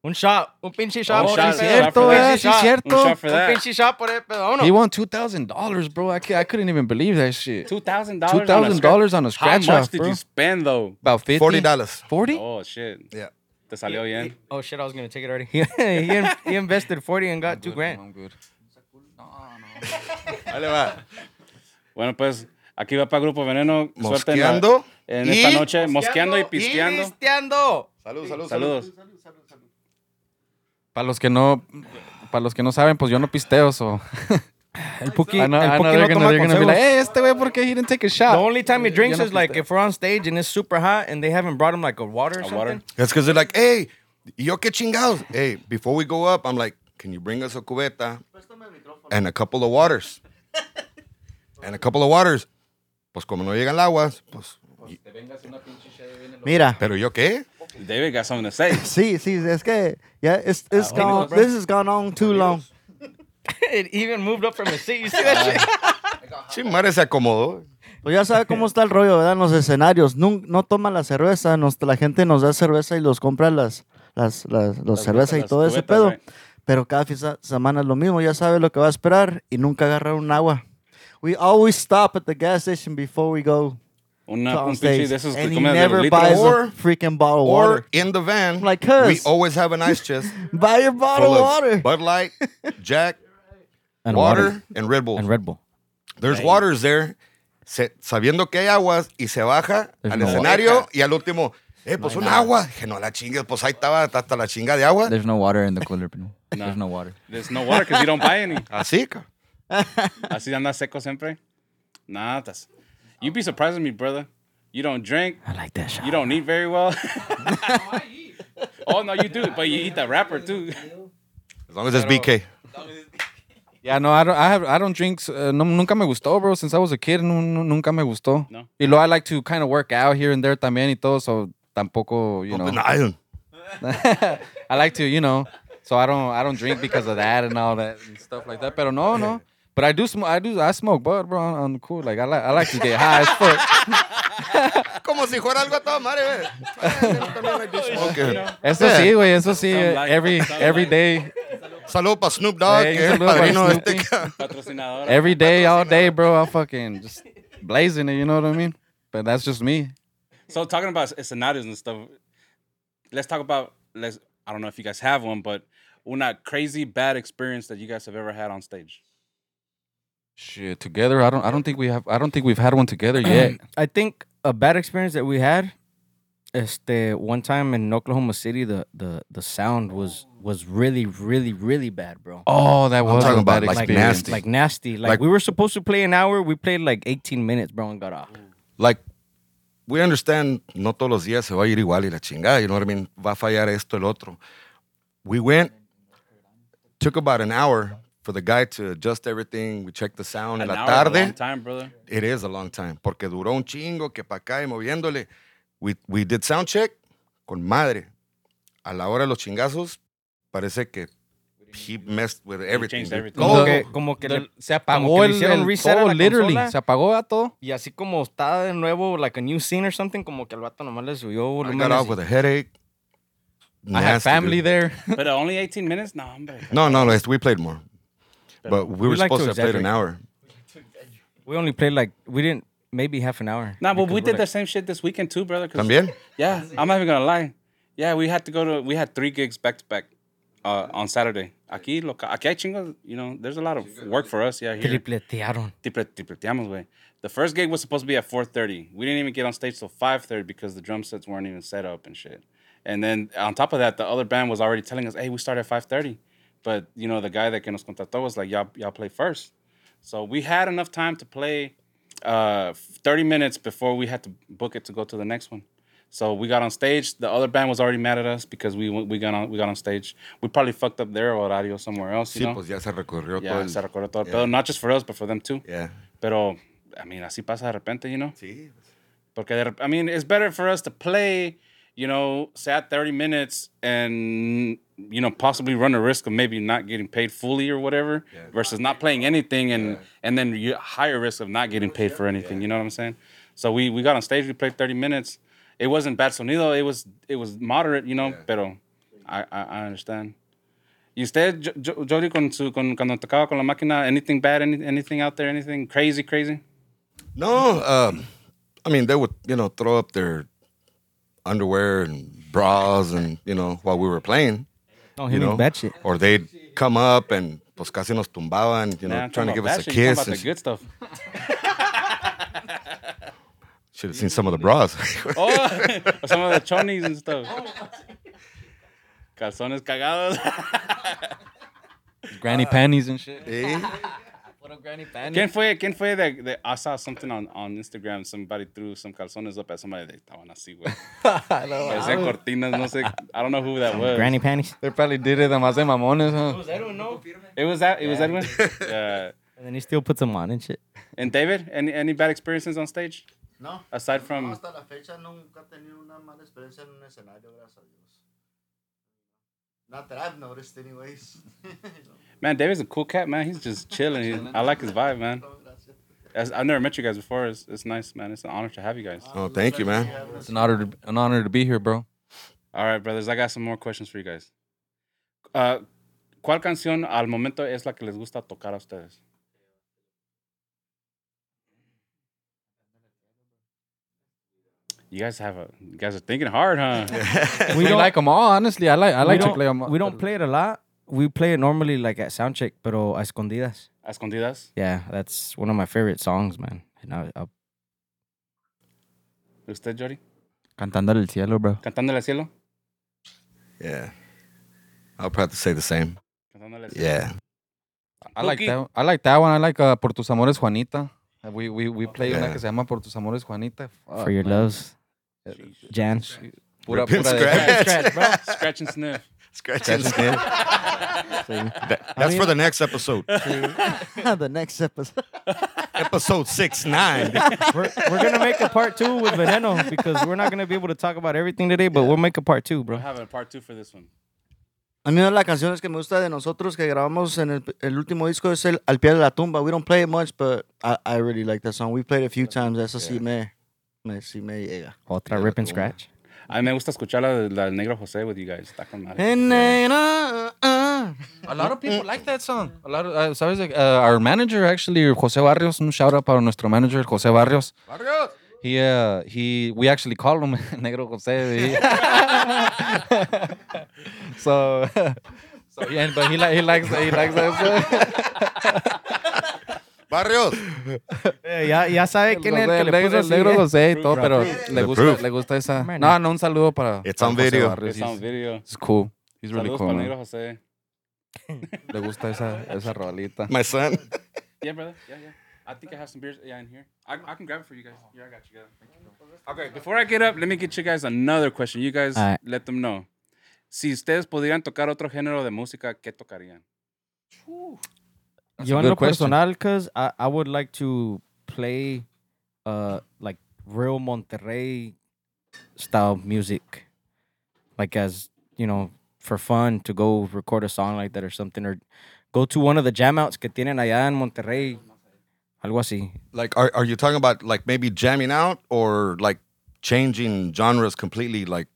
Speaker 3: Un shot. Un pinche shot.
Speaker 2: Un
Speaker 3: por
Speaker 2: shot, Oh,
Speaker 3: ese
Speaker 2: sí,
Speaker 3: pedo.
Speaker 2: cierto,
Speaker 3: Un
Speaker 2: eh,
Speaker 3: pinche
Speaker 1: sí,
Speaker 3: shot.
Speaker 1: cierto.
Speaker 2: Un shot for
Speaker 3: Un
Speaker 2: that.
Speaker 3: pinche shot por el pedo.
Speaker 1: He
Speaker 3: Uno.
Speaker 1: won two thousand dollars, bro. I, cou- I couldn't even believe that shit.
Speaker 2: Two thousand dollars.
Speaker 1: Two thousand dollars on a scratch
Speaker 2: How much
Speaker 1: off,
Speaker 2: did
Speaker 1: bro.
Speaker 2: you spend though?
Speaker 1: About fifty.
Speaker 5: Forty dollars.
Speaker 1: Forty?
Speaker 2: Oh shit.
Speaker 5: Yeah.
Speaker 2: Te salió bien.
Speaker 3: Oh, shit. I was going to take it already. he, in- he invested 40 and got two grand.
Speaker 1: I'm good.
Speaker 5: Ahí le va.
Speaker 2: Bueno pues aquí va para Grupo Veneno. Suerte en la-
Speaker 5: Mosqueando.
Speaker 2: en,
Speaker 5: y-
Speaker 2: esta noche. Mosqueando y
Speaker 3: Y
Speaker 2: pisqueando.
Speaker 3: pisteando.
Speaker 5: Salud, salud, salud.
Speaker 2: Saludos.
Speaker 1: Para los que no, para los que no saben, pues yo no pisteo, so.
Speaker 3: El Puki,
Speaker 1: I know-
Speaker 3: el
Speaker 1: I know
Speaker 3: Puki
Speaker 1: they're
Speaker 3: no
Speaker 1: gonna-
Speaker 3: toma
Speaker 1: they're gonna be
Speaker 3: consejos.
Speaker 1: like, "Hey, este güey, ¿por qué he didn't take a shot?"
Speaker 2: Ah,
Speaker 3: The only time he drinks
Speaker 1: no
Speaker 3: is like if we're on stage and it's super hot and they haven't brought him like a water or something.
Speaker 2: water.
Speaker 5: That's because they're like, hey, yo que chingados. Hey, before we go up, I'm like, can you bring us a cubeta and a couple of waters? and a couple of waters. Pues como no llegan aguas, pues.
Speaker 7: Mira.
Speaker 5: Pero yo qué?
Speaker 2: David got something to say.
Speaker 7: Sí, sí, es que yeah, it's, it's gone, this has gone on too long.
Speaker 3: it even moved up from his seat. You see
Speaker 2: Ah.
Speaker 3: that shit?
Speaker 5: Sí, madre se acomodó.
Speaker 7: Pues ya sabe cómo está el rollo, ¿verdad? En los escenarios. Nun- no toman la cerveza, nos- la gente nos da cerveza y los compra las, las, las, los cerveza y
Speaker 2: las
Speaker 7: todo ese
Speaker 2: cubetas,
Speaker 7: pedo.
Speaker 2: right.
Speaker 7: Pero cada fin de semana es lo mismo, ya sabe lo que va a esperar y nunca agarrar un agua. We always stop at the gas station before we go to
Speaker 2: Una,
Speaker 7: on
Speaker 2: un pinche
Speaker 7: stage.
Speaker 2: de esos
Speaker 7: And
Speaker 2: que
Speaker 7: he
Speaker 2: comen de los
Speaker 7: never
Speaker 2: litros.
Speaker 7: buys
Speaker 5: Or-
Speaker 7: a freaking bottle of
Speaker 5: Or
Speaker 7: water.
Speaker 5: in the van,
Speaker 7: Like us.
Speaker 5: we always have an ice chest
Speaker 7: Buy your bottle
Speaker 5: full
Speaker 7: of
Speaker 5: of
Speaker 7: water.
Speaker 5: Bud Light, Jack,
Speaker 6: And
Speaker 5: water, and Red Bull.
Speaker 6: And Red Bull.
Speaker 5: There's waters there. Se- sabiendo que hay aguas y se baja
Speaker 6: There's
Speaker 5: al
Speaker 6: no
Speaker 5: escenario y al último, eh, pues un agua. Dije, no la chingues, pues ahí estaba hasta la chinga de agua.
Speaker 6: There's no water in the cooler. Pino. There's no water.
Speaker 2: There's no water because you don't buy any.
Speaker 5: Así, ca-
Speaker 2: Así anda seco siempre. Nah, that's. You'd be surprised with me, brother. You don't drink.
Speaker 6: I like that shot.
Speaker 2: You don't eat very well. oh no, you do, but you eat the wrapper too.
Speaker 5: as long as it's BK.
Speaker 1: Yeah, no, I don't. I have. I don't drink. Uh, no, nunca me gustó, bro. Since I was a kid, no, no, nunca me gustó.
Speaker 2: No.
Speaker 1: Y luego I like to kind of work out here and there también y todo, so tampoco, you know.
Speaker 5: Open iron.
Speaker 1: I like to, you know, so I don't I don't drink because of that and all that and stuff like that. But no, no. But I do smoke. I do. I smoke bud, bro. On, on the cool. Like I like. I like to get high as fuck.
Speaker 5: Como si fuera algo a toda madre, ve. Okay.
Speaker 1: Eso sí, güey. Eso sí. eh,
Speaker 2: Some like,
Speaker 1: Every
Speaker 2: some
Speaker 1: every
Speaker 2: like.
Speaker 1: day,
Speaker 5: Saludo para Snoop Dogg,
Speaker 1: Hey,
Speaker 5: que es el
Speaker 1: saludo pa'
Speaker 5: padrino de
Speaker 1: Snoopy.
Speaker 5: este ca-
Speaker 2: Patrocinadora.
Speaker 1: every day, all day, bro. I fucking just blazing it. You know what I mean? But that's just me.
Speaker 2: So talking about escenarios and stuff, let's talk about let's. I don't know if you guys have one, but una crazy bad experience that you guys have ever had on stage.
Speaker 1: Shit. Together, I don't. I don't think we have. I don't think we've had one together yet.
Speaker 3: I think a bad experience that we had, este, one time in Oklahoma City, the the the sound was was really really really bad, bro.
Speaker 1: oh, that was
Speaker 5: talking
Speaker 1: a bad
Speaker 5: about, like,
Speaker 1: experience.
Speaker 5: nasty.
Speaker 3: Like nasty. Like,
Speaker 5: Like-
Speaker 3: we were supposed to play an hour, we played like 18 minutes, bro, and got off.
Speaker 1: Mm.
Speaker 5: Like, we understand, no todos los días se va a ir igual y la chingada, you know what I mean? Va a fallar esto, el otro. We went, took about an hour for the guy to adjust everything. We checked the sound. En
Speaker 2: An
Speaker 5: la
Speaker 2: hour is a long
Speaker 5: tarde,
Speaker 2: time, brother.
Speaker 5: it is a long time, porque duró un chingo que para acá y moviéndole. We, we did sound check con madre. A la hora de los chingazos, parece que he messed with everything.
Speaker 2: changed everything.
Speaker 3: Como
Speaker 1: Todo.
Speaker 3: que, como que le-
Speaker 1: se
Speaker 3: como
Speaker 1: apagó
Speaker 3: que le
Speaker 1: el,
Speaker 3: hicieron
Speaker 1: el
Speaker 3: reset a
Speaker 1: todo,
Speaker 3: la
Speaker 1: literally.
Speaker 3: consola.
Speaker 1: Se apagó a todo.
Speaker 3: Y así como está de nuevo, like a new scene or something, como que el vato nomás le subió
Speaker 5: I
Speaker 3: volumen
Speaker 5: got off
Speaker 3: así.
Speaker 5: with a headache.
Speaker 1: I had
Speaker 5: nasty,
Speaker 1: family
Speaker 5: dude.
Speaker 1: there.
Speaker 2: But only 18 minutes? No, hombre.
Speaker 5: No, no, no. it's- We played more, but we were
Speaker 3: like to
Speaker 5: supposed to have played
Speaker 3: exaggerate.
Speaker 5: an hour.
Speaker 3: We only played like, we didn't, maybe half an hour.
Speaker 2: Nah, but
Speaker 3: Because
Speaker 2: we
Speaker 3: we're
Speaker 2: did
Speaker 3: like-
Speaker 2: the same shit this weekend too, brother. 'cause-
Speaker 5: También.
Speaker 2: Yeah, I'm not even gonna lie. Yeah, we had to go to we had three gigs back to back uh, on Saturday. Aquí, loca, aquí hay chingos, you know, there's a lot of work for us. Yeah, here.
Speaker 3: Tripletearon.
Speaker 2: Triple, tripleteamos, güey. The first gig was supposed to be at 4:30. We didn't even get on stage till 5:30 because the drum sets weren't even set up and shit. And then on top of that, the other band was already telling us, "Hey, we start at 5:30," but you know the guy that que nos contrató was like, "Y'all, y'all play first. So we had enough time to play uh, 30 minutes before we had to book it to go to the next one. So we got on stage. The other band was already mad at us because we we got on we got on stage. We probably fucked up their horario somewhere else, you
Speaker 5: Sí,
Speaker 2: know.
Speaker 5: pues ya se recorrió
Speaker 2: yeah,
Speaker 5: todo. el-
Speaker 2: se recordó todo el pedo, not just for us, but for them too.
Speaker 5: Yeah.
Speaker 2: Pero, I mean, así pasa de repente, you know?
Speaker 5: Sí.
Speaker 2: Porque, de rep- I mean, it's better for us to play, you know, sat 30 minutes and, you know, possibly run the risk of maybe not getting paid fully or whatever versus not playing anything and, and then you higher risk of not getting paid for anything. You know what I'm saying? So we, we got on stage, we played 30 minutes. It wasn't bad sonido. It was, it was moderate, you know, pero I, I, I understand. ¿Y usted, Jo- Jo- Jody, con su, con, cuando tocaba con la máquina, anything bad, any, anything out there, anything crazy, crazy?
Speaker 5: No, um, I mean they would, you know, throw up their underwear and bras and you know while we were playing,
Speaker 3: No,
Speaker 5: you
Speaker 3: he
Speaker 5: know,
Speaker 3: didn't bet shit.
Speaker 5: or they'd come up and pues casi nos tumbaban, you know,
Speaker 2: Nah, I'm
Speaker 5: trying to
Speaker 2: talking
Speaker 5: give
Speaker 2: about
Speaker 5: us a
Speaker 2: that shit. You're
Speaker 5: kiss.
Speaker 2: talking about the good stuff.
Speaker 5: Should have seen some of the bras.
Speaker 2: Oh, some of the chonies and stuff.
Speaker 7: Oh.
Speaker 2: Calzones cagados.
Speaker 1: Granny panties and shit.
Speaker 2: ¿Quién fue, quién fue de, de, I saw something on, on Instagram. Somebody threw some calzones up at somebody. They estaban así, güey. Parecían cortinas, no sé. I don't know who that was.
Speaker 3: Granny panties.
Speaker 1: They probably did it además de mamones, huh?
Speaker 2: It was that, it was Edwin. Yeah.
Speaker 3: And then he still puts them on and shit.
Speaker 2: And David, any, any bad experiences on stage?
Speaker 7: No.
Speaker 2: Aside from,
Speaker 7: hasta la fecha nunca he tenido una mala experiencia en un escenario, gracias a Dios. Not that I've noticed, anyways.
Speaker 2: man, David's a cool cat, man. He's just chilling. He- I like his vibe, man. As, I've never met you guys before. It's, it's nice, man. It's an honor to have you guys.
Speaker 5: oh, thank you, man.
Speaker 1: It's an honor, to, an honor to be here, bro.
Speaker 2: All right, brothers, I got some more questions for you guys. Uh, ¿Cuál canción al momento es la que les gusta tocar a ustedes? You guys have a, you guys are thinking hard, huh?
Speaker 1: We,
Speaker 3: don't-
Speaker 1: like them all, honestly. I like, I like
Speaker 3: we
Speaker 1: to
Speaker 3: don't-
Speaker 1: play them.
Speaker 3: We don't play it a lot. We play it normally like at soundcheck, pero a escondidas.
Speaker 2: A escondidas.
Speaker 3: Yeah, that's one of my favorite songs, man. uh, And I, I,
Speaker 2: ¿Usted, Jody?
Speaker 6: Cantando el cielo, bro.
Speaker 2: ¿Cantándole al cielo?
Speaker 5: Yeah, I'll probably say the same.
Speaker 2: Cantándole al cielo.
Speaker 5: Yeah,
Speaker 1: I like
Speaker 2: Cookie.
Speaker 1: that. I like that one. I like uh, Por tus amores Juanita. Uh, We we we play una
Speaker 5: Oh, Yeah.
Speaker 1: que se llama Por tus amores Juanita. Fuck,
Speaker 3: for your
Speaker 1: man.
Speaker 3: loves, Jan.
Speaker 1: Pura,
Speaker 5: Rip and
Speaker 1: pura de-
Speaker 5: scratch.
Speaker 2: Scratch and sniff.
Speaker 5: scratch and sniff. That- that's for the next episode.
Speaker 7: the next episode.
Speaker 5: episode six nine.
Speaker 3: We're, we're gonna make a part two with Veneno because we're not gonna be able to talk about everything today, but we'll make a part two,
Speaker 2: We're
Speaker 3: bro.
Speaker 2: having a part two for this one.
Speaker 7: A mí una de las canciones que me gusta de nosotros que grabamos en el, el último disco es el Al pie de la tumba. We don't play it much, but I, I really like that song. We played it a few times. Esa sí me, me, sí me llega.
Speaker 3: Otra rip and scratch.
Speaker 2: A mí me gusta escuchar la, la del Negro José with you guys. Está con madre.
Speaker 7: ah,
Speaker 1: A lot of people like that song. A lot of, uh, sabes, like, uh, our manager actually, José Barrios, un shout out para nuestro manager, José Barrios. Barrios. He, uh, he, we actually call him Negro José. He- so, so yeah, but he, li- he likes he likes that song.
Speaker 5: Barrios.
Speaker 3: Eh, Ya, ya sabe quién es
Speaker 1: José,
Speaker 3: el que le
Speaker 1: negro,
Speaker 3: puso
Speaker 1: el negro
Speaker 3: así.
Speaker 1: José y todo, pero le
Speaker 5: The
Speaker 1: gusta,
Speaker 5: proof.
Speaker 1: le gusta esa.
Speaker 3: Man.
Speaker 1: No, no, un saludo para.
Speaker 5: It's
Speaker 1: para
Speaker 5: on
Speaker 1: José
Speaker 5: video.
Speaker 1: Barrios.
Speaker 2: It's on video.
Speaker 1: He's cool. He's really
Speaker 2: Saludos
Speaker 1: cool.
Speaker 2: para el
Speaker 1: man.
Speaker 2: Negro José.
Speaker 1: Le gusta esa, esa rolita.
Speaker 5: My son.
Speaker 2: Yeah, brother. Yeah, yeah. I think I have some beers. Yeah, in here. I, I can grab it for you guys. Yeah, I got you guys. Okay, before I get up, let me get you guys another question. You guys
Speaker 3: Alright.
Speaker 2: let them know. Si ustedes pudieran tocar otro género de música, ¿qué tocarían?
Speaker 3: Yo
Speaker 1: a
Speaker 3: en
Speaker 1: good
Speaker 3: lo
Speaker 1: question.
Speaker 3: personal, cause I, I would like to play, uh, like real Monterrey style music, like as you know, for fun to go record a song like that or something, or go to one of the jam outs que tienen allá en Monterrey, algo así.
Speaker 5: Like, are, are you talking about like maybe jamming out or like changing genres completely? Like,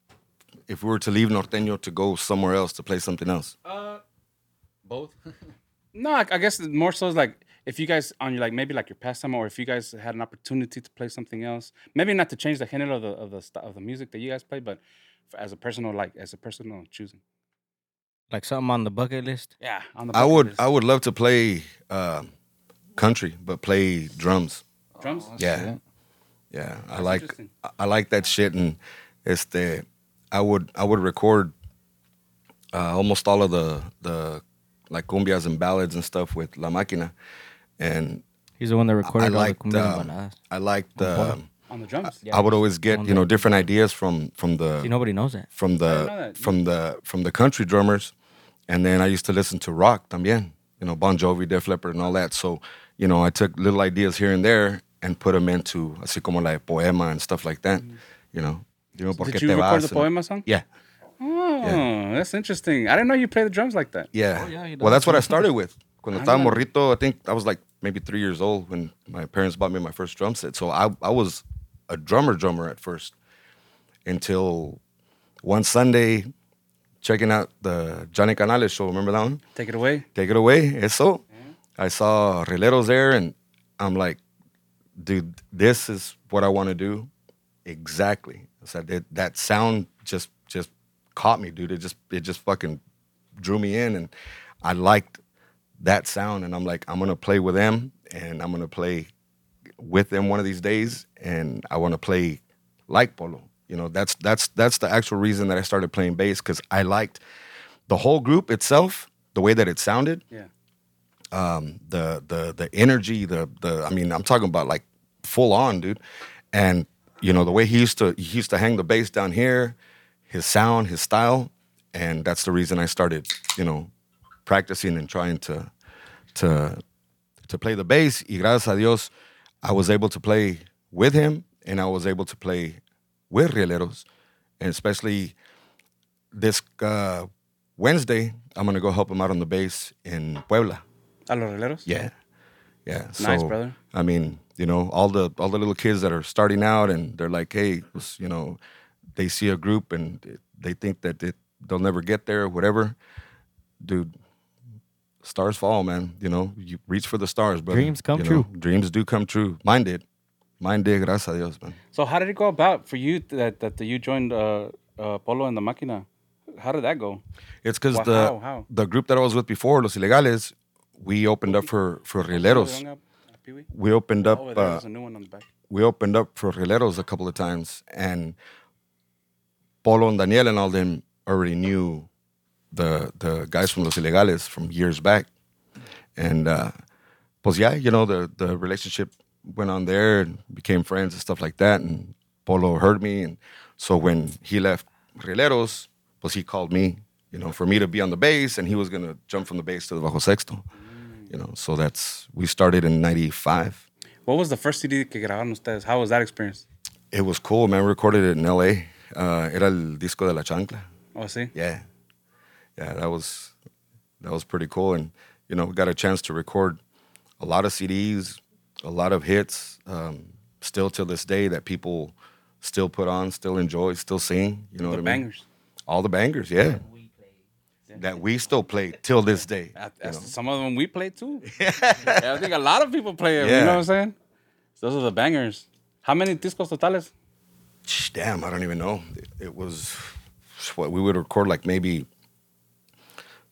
Speaker 5: if we were to leave Norteño to go somewhere else to play something else?
Speaker 1: Both.
Speaker 2: No, I, I guess more so is like if you guys on your like maybe like your pastime or if you guys had an opportunity to play something else, maybe not to change the genre of the of the st- of the music that you guys play, but f as a personal like as a personal choosing.
Speaker 3: Like something on the bucket list.
Speaker 2: Yeah, on the
Speaker 5: I
Speaker 2: bucket
Speaker 5: would
Speaker 2: list.
Speaker 5: I would love to play uh, country, but play drums.
Speaker 2: drums.
Speaker 5: Yeah. Yeah, I like
Speaker 2: interesting.
Speaker 5: I- I like that shit, and este, I would I would record uh, almost all of the the like cumbias and ballads and stuff with La Máquina, and
Speaker 3: He's the one that recorded
Speaker 5: I
Speaker 3: all the
Speaker 5: liked
Speaker 3: cumbias
Speaker 5: um,
Speaker 3: empanadas.
Speaker 5: I liked um,
Speaker 2: on the drums.
Speaker 5: I would always get you know different ideas from from the
Speaker 3: See, nobody knows that.
Speaker 5: from
Speaker 2: know
Speaker 5: the
Speaker 2: that.
Speaker 5: from the from the country drummers, and then I used to listen to rock también, you know Bon Jovi, Def Leppard, and all that. So you know I took little ideas here and there and put them into así como la de poema and stuff like that, you know. You know, ¿por
Speaker 2: Mm.
Speaker 5: qué
Speaker 2: Did
Speaker 5: te
Speaker 2: you record
Speaker 5: vas?
Speaker 2: the
Speaker 5: And-
Speaker 2: poema song?
Speaker 5: Yeah,
Speaker 2: Oh, that's interesting. I didn't know you play the drums like that.
Speaker 5: yeah.
Speaker 1: yeah, he
Speaker 5: well, that's what I started with. Cuando estaba morrito, I think I was like maybe three years old when my parents bought me my first drum set. So I I was a drummer drummer at first until one Sunday checking out the Johnny Canales show. Remember that one?
Speaker 2: Take it away.
Speaker 5: Take it away. Eso. I saw Rileros there and I'm like, dude, this is what I want to do. Exactly. So that that sound just just caught me, dude. It just it just fucking drew me in and I liked that sound and I'm like, I'm gonna play with them and I'm gonna play with them one of these days and I wanna play like polo. You know, that's that's that's the actual reason that I started playing bass because I liked the whole group itself, the way that it sounded um,
Speaker 2: Yeah.
Speaker 5: the the the energy, the the I mean, I'm talking about like full on, dude. And you know, the way he used to he used to hang the bass down here, his sound, his style, and that's the reason I started, you know, practicing and trying to to to play the bass. Y gracias a Dios, I was able to play with him and I was able to play with Rieleros. And especially this uh, Wednesday, I'm gonna go help him out on the bass in Puebla.
Speaker 2: A los releros.
Speaker 5: Yeah, yeah. So,
Speaker 2: Nice, brother.
Speaker 5: I mean, you know, all the all the little kids that are starting out and they're like, hey, let's, you know, they see a group and it- they think that it, they'll never get there, whatever. Dude, stars fall, man. You know, you reach for the stars, brother.
Speaker 6: Dreams come
Speaker 5: You know, Dreams do come true. Mine did. Mine did. Gracias a Dios, man.
Speaker 2: So how did it go about for you that that you joined uh, uh, Polo and the Máquina? How did that go?
Speaker 5: It's because
Speaker 2: Wha-
Speaker 5: the
Speaker 2: how- how?
Speaker 5: the group that I was with before, Los Ilegales, we opened up for for Rileros.
Speaker 2: Pee Wee?
Speaker 5: We opened up.
Speaker 2: Oh,
Speaker 5: uh,
Speaker 2: there's a new one on the back.
Speaker 5: we opened up for Rileros a couple of times, and Polo and Daniel and all them already knew the the guys from Los Ilegales from years back, and uh, pues yeah, you know the the relationship went on there and became friends and stuff like that, and Polo heard me, and so when he left Rileros, pues he called me, you know, for me to be on the bass, and he was gonna jump from the bass to the bajo sexto, you know, so that's we started in '95.
Speaker 2: What was the first CD que grabaron ustedes? How was that experience?
Speaker 5: It was cool, man. We recorded it in LA. Uh, era el disco de la chancla.
Speaker 2: Oh, see.
Speaker 5: Yeah, yeah, that was that was pretty cool, and you know, we got a chance to record a lot of CDs, a lot of hits, um, still till this day that people still put on, still enjoy, still sing. You know
Speaker 2: The
Speaker 5: what I mean?
Speaker 2: bangers.
Speaker 5: All the bangers, yeah. That we still play till this day.
Speaker 2: That-
Speaker 5: you
Speaker 2: that's
Speaker 5: know?
Speaker 2: some of them we play too. Yeah, I think a lot of people play it. You
Speaker 5: Yeah.
Speaker 2: know what I'm saying? Those are the bangers. How many discos totales?
Speaker 5: Sh- Damn, I don't even know. It, it was what we would record like maybe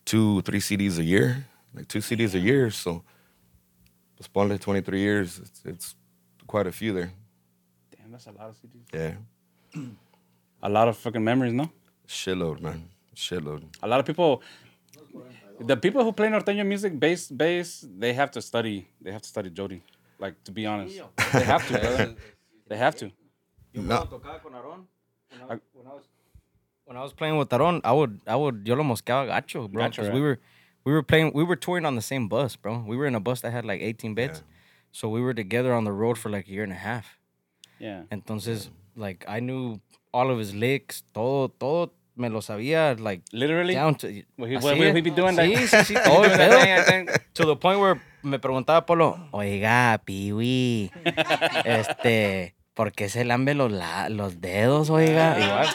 Speaker 5: two, three CDs a year, like two CDs a year. So, pues ponle 23 years. It's, it's quite a few there.
Speaker 2: Damn, that's a lot of CDs.
Speaker 5: Yeah.
Speaker 2: A lot of fucking memories, no?
Speaker 5: Shitload, man. Shitload.
Speaker 2: A lot of people. The people who play norteño music, bass, bass, they have to study. They have to study Jody. Like to be honest, they have to. Brother. They have to.
Speaker 5: No.
Speaker 3: When I was playing with Taron, I would, I would, yo lo mosqueaba gacho, bro.
Speaker 2: Gacho,
Speaker 3: 'cause
Speaker 2: right?
Speaker 3: we were, we were playing, we were touring on the same bus, bro. We were in a bus that had like 18 beds. So we were together on the road for like a year and a half.
Speaker 2: Yeah.
Speaker 3: Entonces, like, I knew all of his licks, todo, todo, me lo sabía, like,
Speaker 2: Literally.
Speaker 3: down to.
Speaker 2: What he-
Speaker 3: así
Speaker 2: what- what
Speaker 3: es.
Speaker 2: he be doing,
Speaker 3: Sí,
Speaker 2: like-
Speaker 3: sí, sí, todo el pedo. To the point where me preguntaba Polo, oiga, Piwi, este, ¿Por qué se lambe los, la- los dedos, oiga? Igual.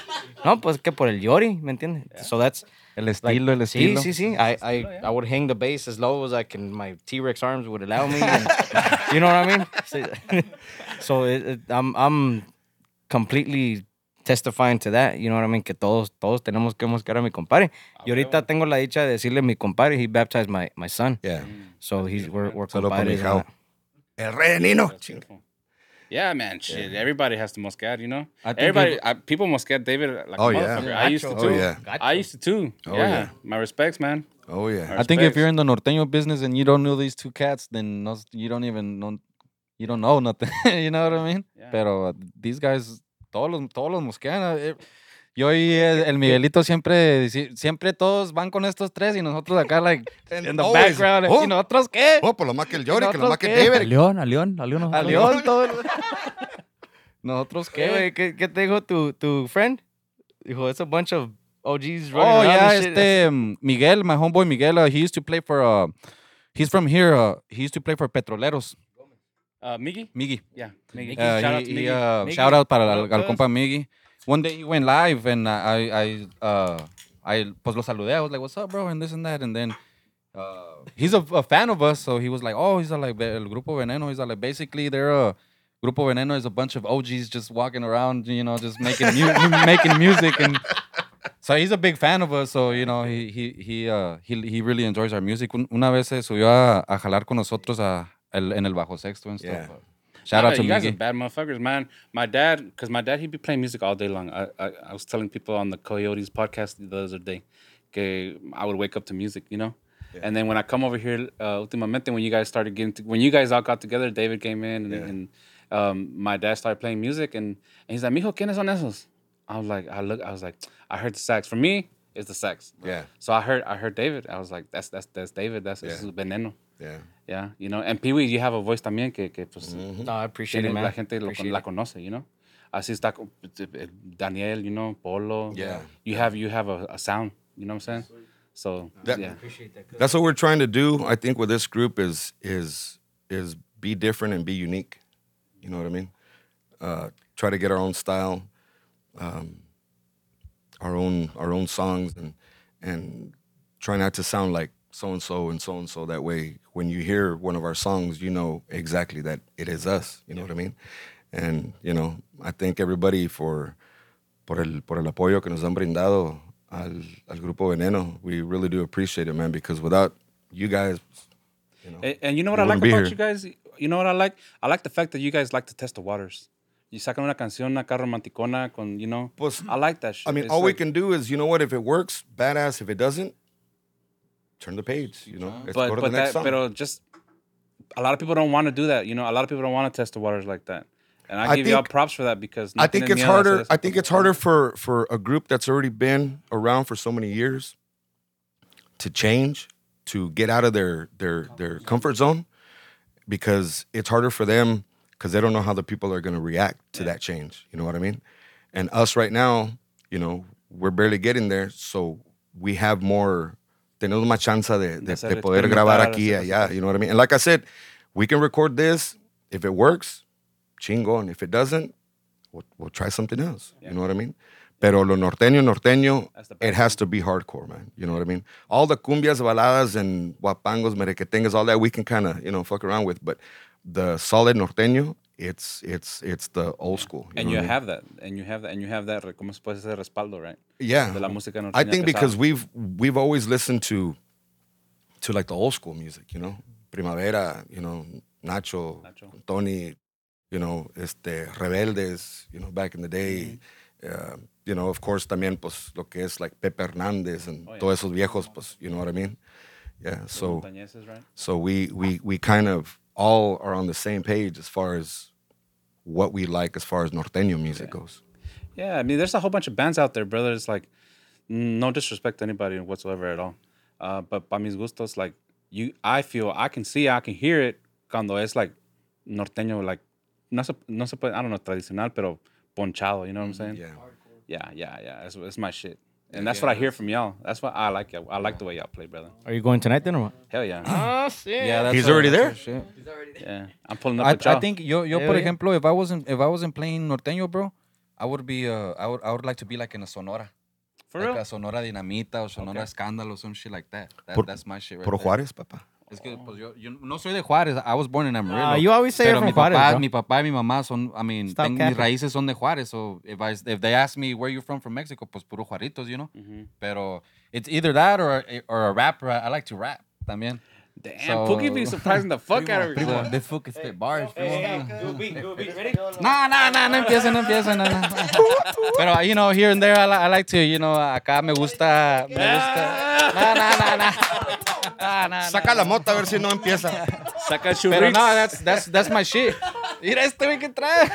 Speaker 3: No, pues que por el yori, ¿me entiendes? So that's...
Speaker 1: El
Speaker 3: like,
Speaker 1: estilo, el
Speaker 3: sí,
Speaker 1: estilo.
Speaker 3: Sí, sí, I, I, I would hang the bass as low as I can, my T-Rex arms would allow me. and- you know what I mean? So, so it, it- I'm, I'm completely testifying to that, you know what I mean? Que todos, todos tenemos que buscar a mi compadre. Y ahorita tengo la dicha de decirle mi compadre, he baptized my, my son.
Speaker 5: Yeah.
Speaker 1: Mm,
Speaker 3: So he's, we're, we're
Speaker 5: Saludo pa' mi
Speaker 3: compadres.
Speaker 5: jao.
Speaker 3: now.
Speaker 5: El rey Nino. Ching.
Speaker 2: Beautiful. Yeah, man. Shit, everybody has to muscat, you know.
Speaker 1: I think
Speaker 2: everybody, I, people muscat David like
Speaker 5: Oh,
Speaker 2: a
Speaker 5: yeah.
Speaker 2: motherfucker. I used to
Speaker 5: Gacho.
Speaker 2: too.
Speaker 5: Oh, yeah.
Speaker 2: I used to too.
Speaker 5: Oh,
Speaker 2: yeah.
Speaker 5: yeah.
Speaker 2: My respects, man.
Speaker 5: Oh, yeah.
Speaker 1: I think if
Speaker 2: Respects.
Speaker 1: you're in the norteño business and you don't know these two cats, then no, you don't even know, you don't know nothing. you know what I mean?
Speaker 2: Yeah.
Speaker 1: Pero uh, these guys, todos los, todos los mosquean. uh, eh, Yo y el, el Miguelito siempre, dici- siempre todos van con estos tres y nosotros acá, like,
Speaker 5: And
Speaker 1: in the
Speaker 5: always,
Speaker 1: background. eh,
Speaker 5: oh.
Speaker 1: ¿Y nosotros qué?
Speaker 5: Oh, por lo más que el Yori, que
Speaker 1: ¿Nosotros
Speaker 5: lo más que
Speaker 1: qué?
Speaker 6: A
Speaker 5: David.
Speaker 6: León, a León, a León.
Speaker 1: A León, todo el- Eh, ¿Nosotros
Speaker 3: ¿Qué,
Speaker 1: qué?
Speaker 3: güey? ¿Qué, ¿Qué te dijo tu, tu friend? Dijo, it's a bunch of OGs running
Speaker 1: Oh,
Speaker 3: around
Speaker 1: yeah,
Speaker 3: and shit."
Speaker 1: este, um, Miguel, my homeboy Miguel, uh, he used to play for, uh, he's from here, uh, he used to play for Petroleros,
Speaker 2: Uh, Miggy?
Speaker 1: Miggy.
Speaker 2: Yeah. Miggy.
Speaker 1: Uh,
Speaker 2: Shout out to
Speaker 1: he- he,
Speaker 2: Miggy.
Speaker 1: uh,
Speaker 3: Miggy.
Speaker 1: shout out para al,
Speaker 3: Look
Speaker 1: al
Speaker 3: us.
Speaker 1: compa Miggy. One day he went live and uh, I, I, uh, I, pues lo saludé. I was like, what's up, bro? And this and that. And then uh, he's a, a fan of us. So he was like, oh, he's a, like, el Grupo Veneno. He's a, like, basically they're a, Grupo Veneno is a bunch of OGs just walking around, you know, just making mu- making music and so he's a big fan of us. So you know, he he he uh, he, he really enjoys our music. Un- Una vez se subió a, a jalar con nosotros a, el, en el bajo sexto and stuff.
Speaker 5: Yeah.
Speaker 1: Shout out
Speaker 2: Yeah,
Speaker 1: to
Speaker 2: you guys are
Speaker 1: Miggy.
Speaker 2: bad motherfuckers, man. My dad, because my dad, he'd be playing music all day long. I, I, I was telling people on the Coyotes podcast the other day, okay, I would wake up to music, you know. And then when I come over here, uh, últimamente, when you guys started getting, to, when you guys all got together, David came in, and, and um, my dad started playing music, and, and he's like, "Mijo, ¿quiénes son esos?" I was like, I look, I was like, I heard the sax. For me, it's the sax.
Speaker 5: Yeah.
Speaker 2: So I heard, I heard David. I was like, that's that's that's David. That's yeah. Veneno.
Speaker 5: Yeah.
Speaker 2: Yeah, you know. And Pee Wee, you have a voice también que que pues.
Speaker 1: Mm-hmm.
Speaker 3: No, I appreciate
Speaker 2: tiene-
Speaker 3: it, man.
Speaker 2: la gente lo,
Speaker 3: Appreciate
Speaker 2: la
Speaker 3: it.
Speaker 2: conoce, you know. Así está con- eh, Daniel, you know, Polo.
Speaker 5: Yeah.
Speaker 2: You have you have a, a sound, you know what I'm saying? So
Speaker 5: That-
Speaker 2: yeah.
Speaker 5: That's what we're trying to do. I think with this group is is is be different and be unique. You know what I mean? Uh, try to get our own style, um, our own our own songs, and and try not to sound like so and so and so and so. That way, when you hear one of our songs, you know exactly that it is us. You know what I mean? And you know, I thank everybody for por el, por el apoyo que nos han brindado al, al Grupo Veneno. We really do appreciate it, man, because without you guys,
Speaker 2: And, and you know what I
Speaker 5: You
Speaker 2: like
Speaker 5: wouldn't be
Speaker 2: about
Speaker 5: here.
Speaker 2: you guys? You know what I like? I like the fact that you guys like to test the waters. You sacan una canción acá romanticona con, you know.
Speaker 5: Pues,
Speaker 2: I like that shit.
Speaker 5: I mean,
Speaker 2: It's
Speaker 5: all we
Speaker 2: like-
Speaker 5: can do is, you know what, if it works, badass. If it doesn't, turn the page, you know, let's
Speaker 2: but
Speaker 5: go to the
Speaker 2: but that
Speaker 5: next song.
Speaker 2: but just a lot of people don't want to do that, you know. A lot of people don't want to test the waters like that. And I,
Speaker 5: I
Speaker 2: give y'all
Speaker 5: think-
Speaker 2: props for that because
Speaker 5: I think
Speaker 2: Nathan
Speaker 5: it's
Speaker 2: Neal has
Speaker 5: harder.
Speaker 2: said
Speaker 5: I think it's harder for for a group that's already been around for so many years to change, to get out of their their their comfort zone, because it's harder for them because they don't know how the people are going to react to that change. You know what I mean? And us right now, you know, we're barely getting there, so we have more. Tenemos más chance de, de,
Speaker 2: hacer
Speaker 5: de poder grabar
Speaker 2: experimentar,
Speaker 5: aquí,
Speaker 2: hacer
Speaker 5: allá. You know what I mean? And like I said, we can record this if it works, chingón. If it doesn't, we'll, we'll try something else. You know what I mean? Pero lo norteño, norteño,
Speaker 2: That's the best
Speaker 5: it has to be hardcore, man. You know what I mean? All the cumbias, baladas, and guapangos, merequetengas, all that we can kind of, you know, fuck around with. But the solid norteño, it's it's it's the old school.
Speaker 2: and
Speaker 5: know
Speaker 2: you
Speaker 5: what I mean?
Speaker 2: have that, and you have that, and you have that. re- ¿Cómo se puede hacer respaldo, right?
Speaker 5: yeah.
Speaker 2: de la música
Speaker 5: I
Speaker 2: norteña
Speaker 5: think
Speaker 2: pesada.
Speaker 5: because we've we've always listened to to like the old school music, you know, Primavera, you know, Nacho,
Speaker 2: Nacho.
Speaker 5: Tony, you know, este Rebeldes, you know, back in the day. Uh, you know, of course, también pues lo que es like Pepe Hernandez and todos esos viejos, pues, you know what I mean? Yeah. So
Speaker 2: Montañeses, right?
Speaker 5: so we we we kind of all are on the same page as far as what we like as far as norteño music goes.
Speaker 2: Yeah, I mean, there's a whole bunch of bands out there, brother. It's like, n- no disrespect to anybody whatsoever at all. Uh, but para mis gustos, like, you, I feel, I can see, I can hear it cuando es like norteño, like, no se, no se puede, I don't know, tradicional, pero ponchado, you know what I'm saying?
Speaker 5: Mm, Yeah.
Speaker 2: yeah, yeah. yeah. That's, that's my shit. And that's what I hear from y'all. That's what I like. y'all. I like the way y'all play, brother.
Speaker 3: Are you going tonight then or what?
Speaker 2: Hell yeah.
Speaker 3: Ah, sí.
Speaker 1: Yeah, that's
Speaker 5: He's
Speaker 1: a-
Speaker 5: already
Speaker 1: that's a shit.
Speaker 2: yeah. I'm pulling up
Speaker 1: I,
Speaker 2: with y'all.
Speaker 1: I think yo yo
Speaker 3: Yeah,
Speaker 1: por
Speaker 3: yeah.
Speaker 1: ejemplo, if I wasn't if I wasn't playing norteño, bro, I would be uh I would I would like to be like in a sonora,
Speaker 2: for
Speaker 1: like
Speaker 2: real.
Speaker 1: a sonora dinamita or sonora escándalo, some shit like that. That-
Speaker 5: Por-
Speaker 1: that's my shit. Right
Speaker 5: Por
Speaker 1: there.
Speaker 5: Juárez, papá.
Speaker 1: Es que pues, yo, yo no soy de Juárez. I was born in Amarillo.
Speaker 3: Ah, you always say
Speaker 1: pero
Speaker 3: you're
Speaker 1: mi
Speaker 3: from Juárez,
Speaker 1: papá,
Speaker 3: bro.
Speaker 1: mi papá y mi mamá son, I mean,
Speaker 3: Stop
Speaker 1: tengo- mis
Speaker 3: capping.
Speaker 1: raíces son de Juárez. So if I if they ask me where you from from Mexico, pues puro Juaritos, you know.
Speaker 3: Mm-hmm.
Speaker 1: Pero it's either that or or a rapper. I, I like to rap también.
Speaker 2: Damn,
Speaker 1: So-
Speaker 2: Pookie be surprising the fuck out of
Speaker 6: Primo,
Speaker 2: yourself.
Speaker 6: this fool can spit bars, primo.
Speaker 1: No, no, no, no empiecen, no empiecen, no, no. Pero, you know, here and there, I, li- I like to, you know, acá me gusta, me gusta. No, no, no, no. No, Ah, no, no.
Speaker 5: Saca la mota a ver si no empieza.
Speaker 2: Saca
Speaker 1: Pero
Speaker 2: churritos.
Speaker 1: no, that's, that's, that's my shit. Mira este güey que trae.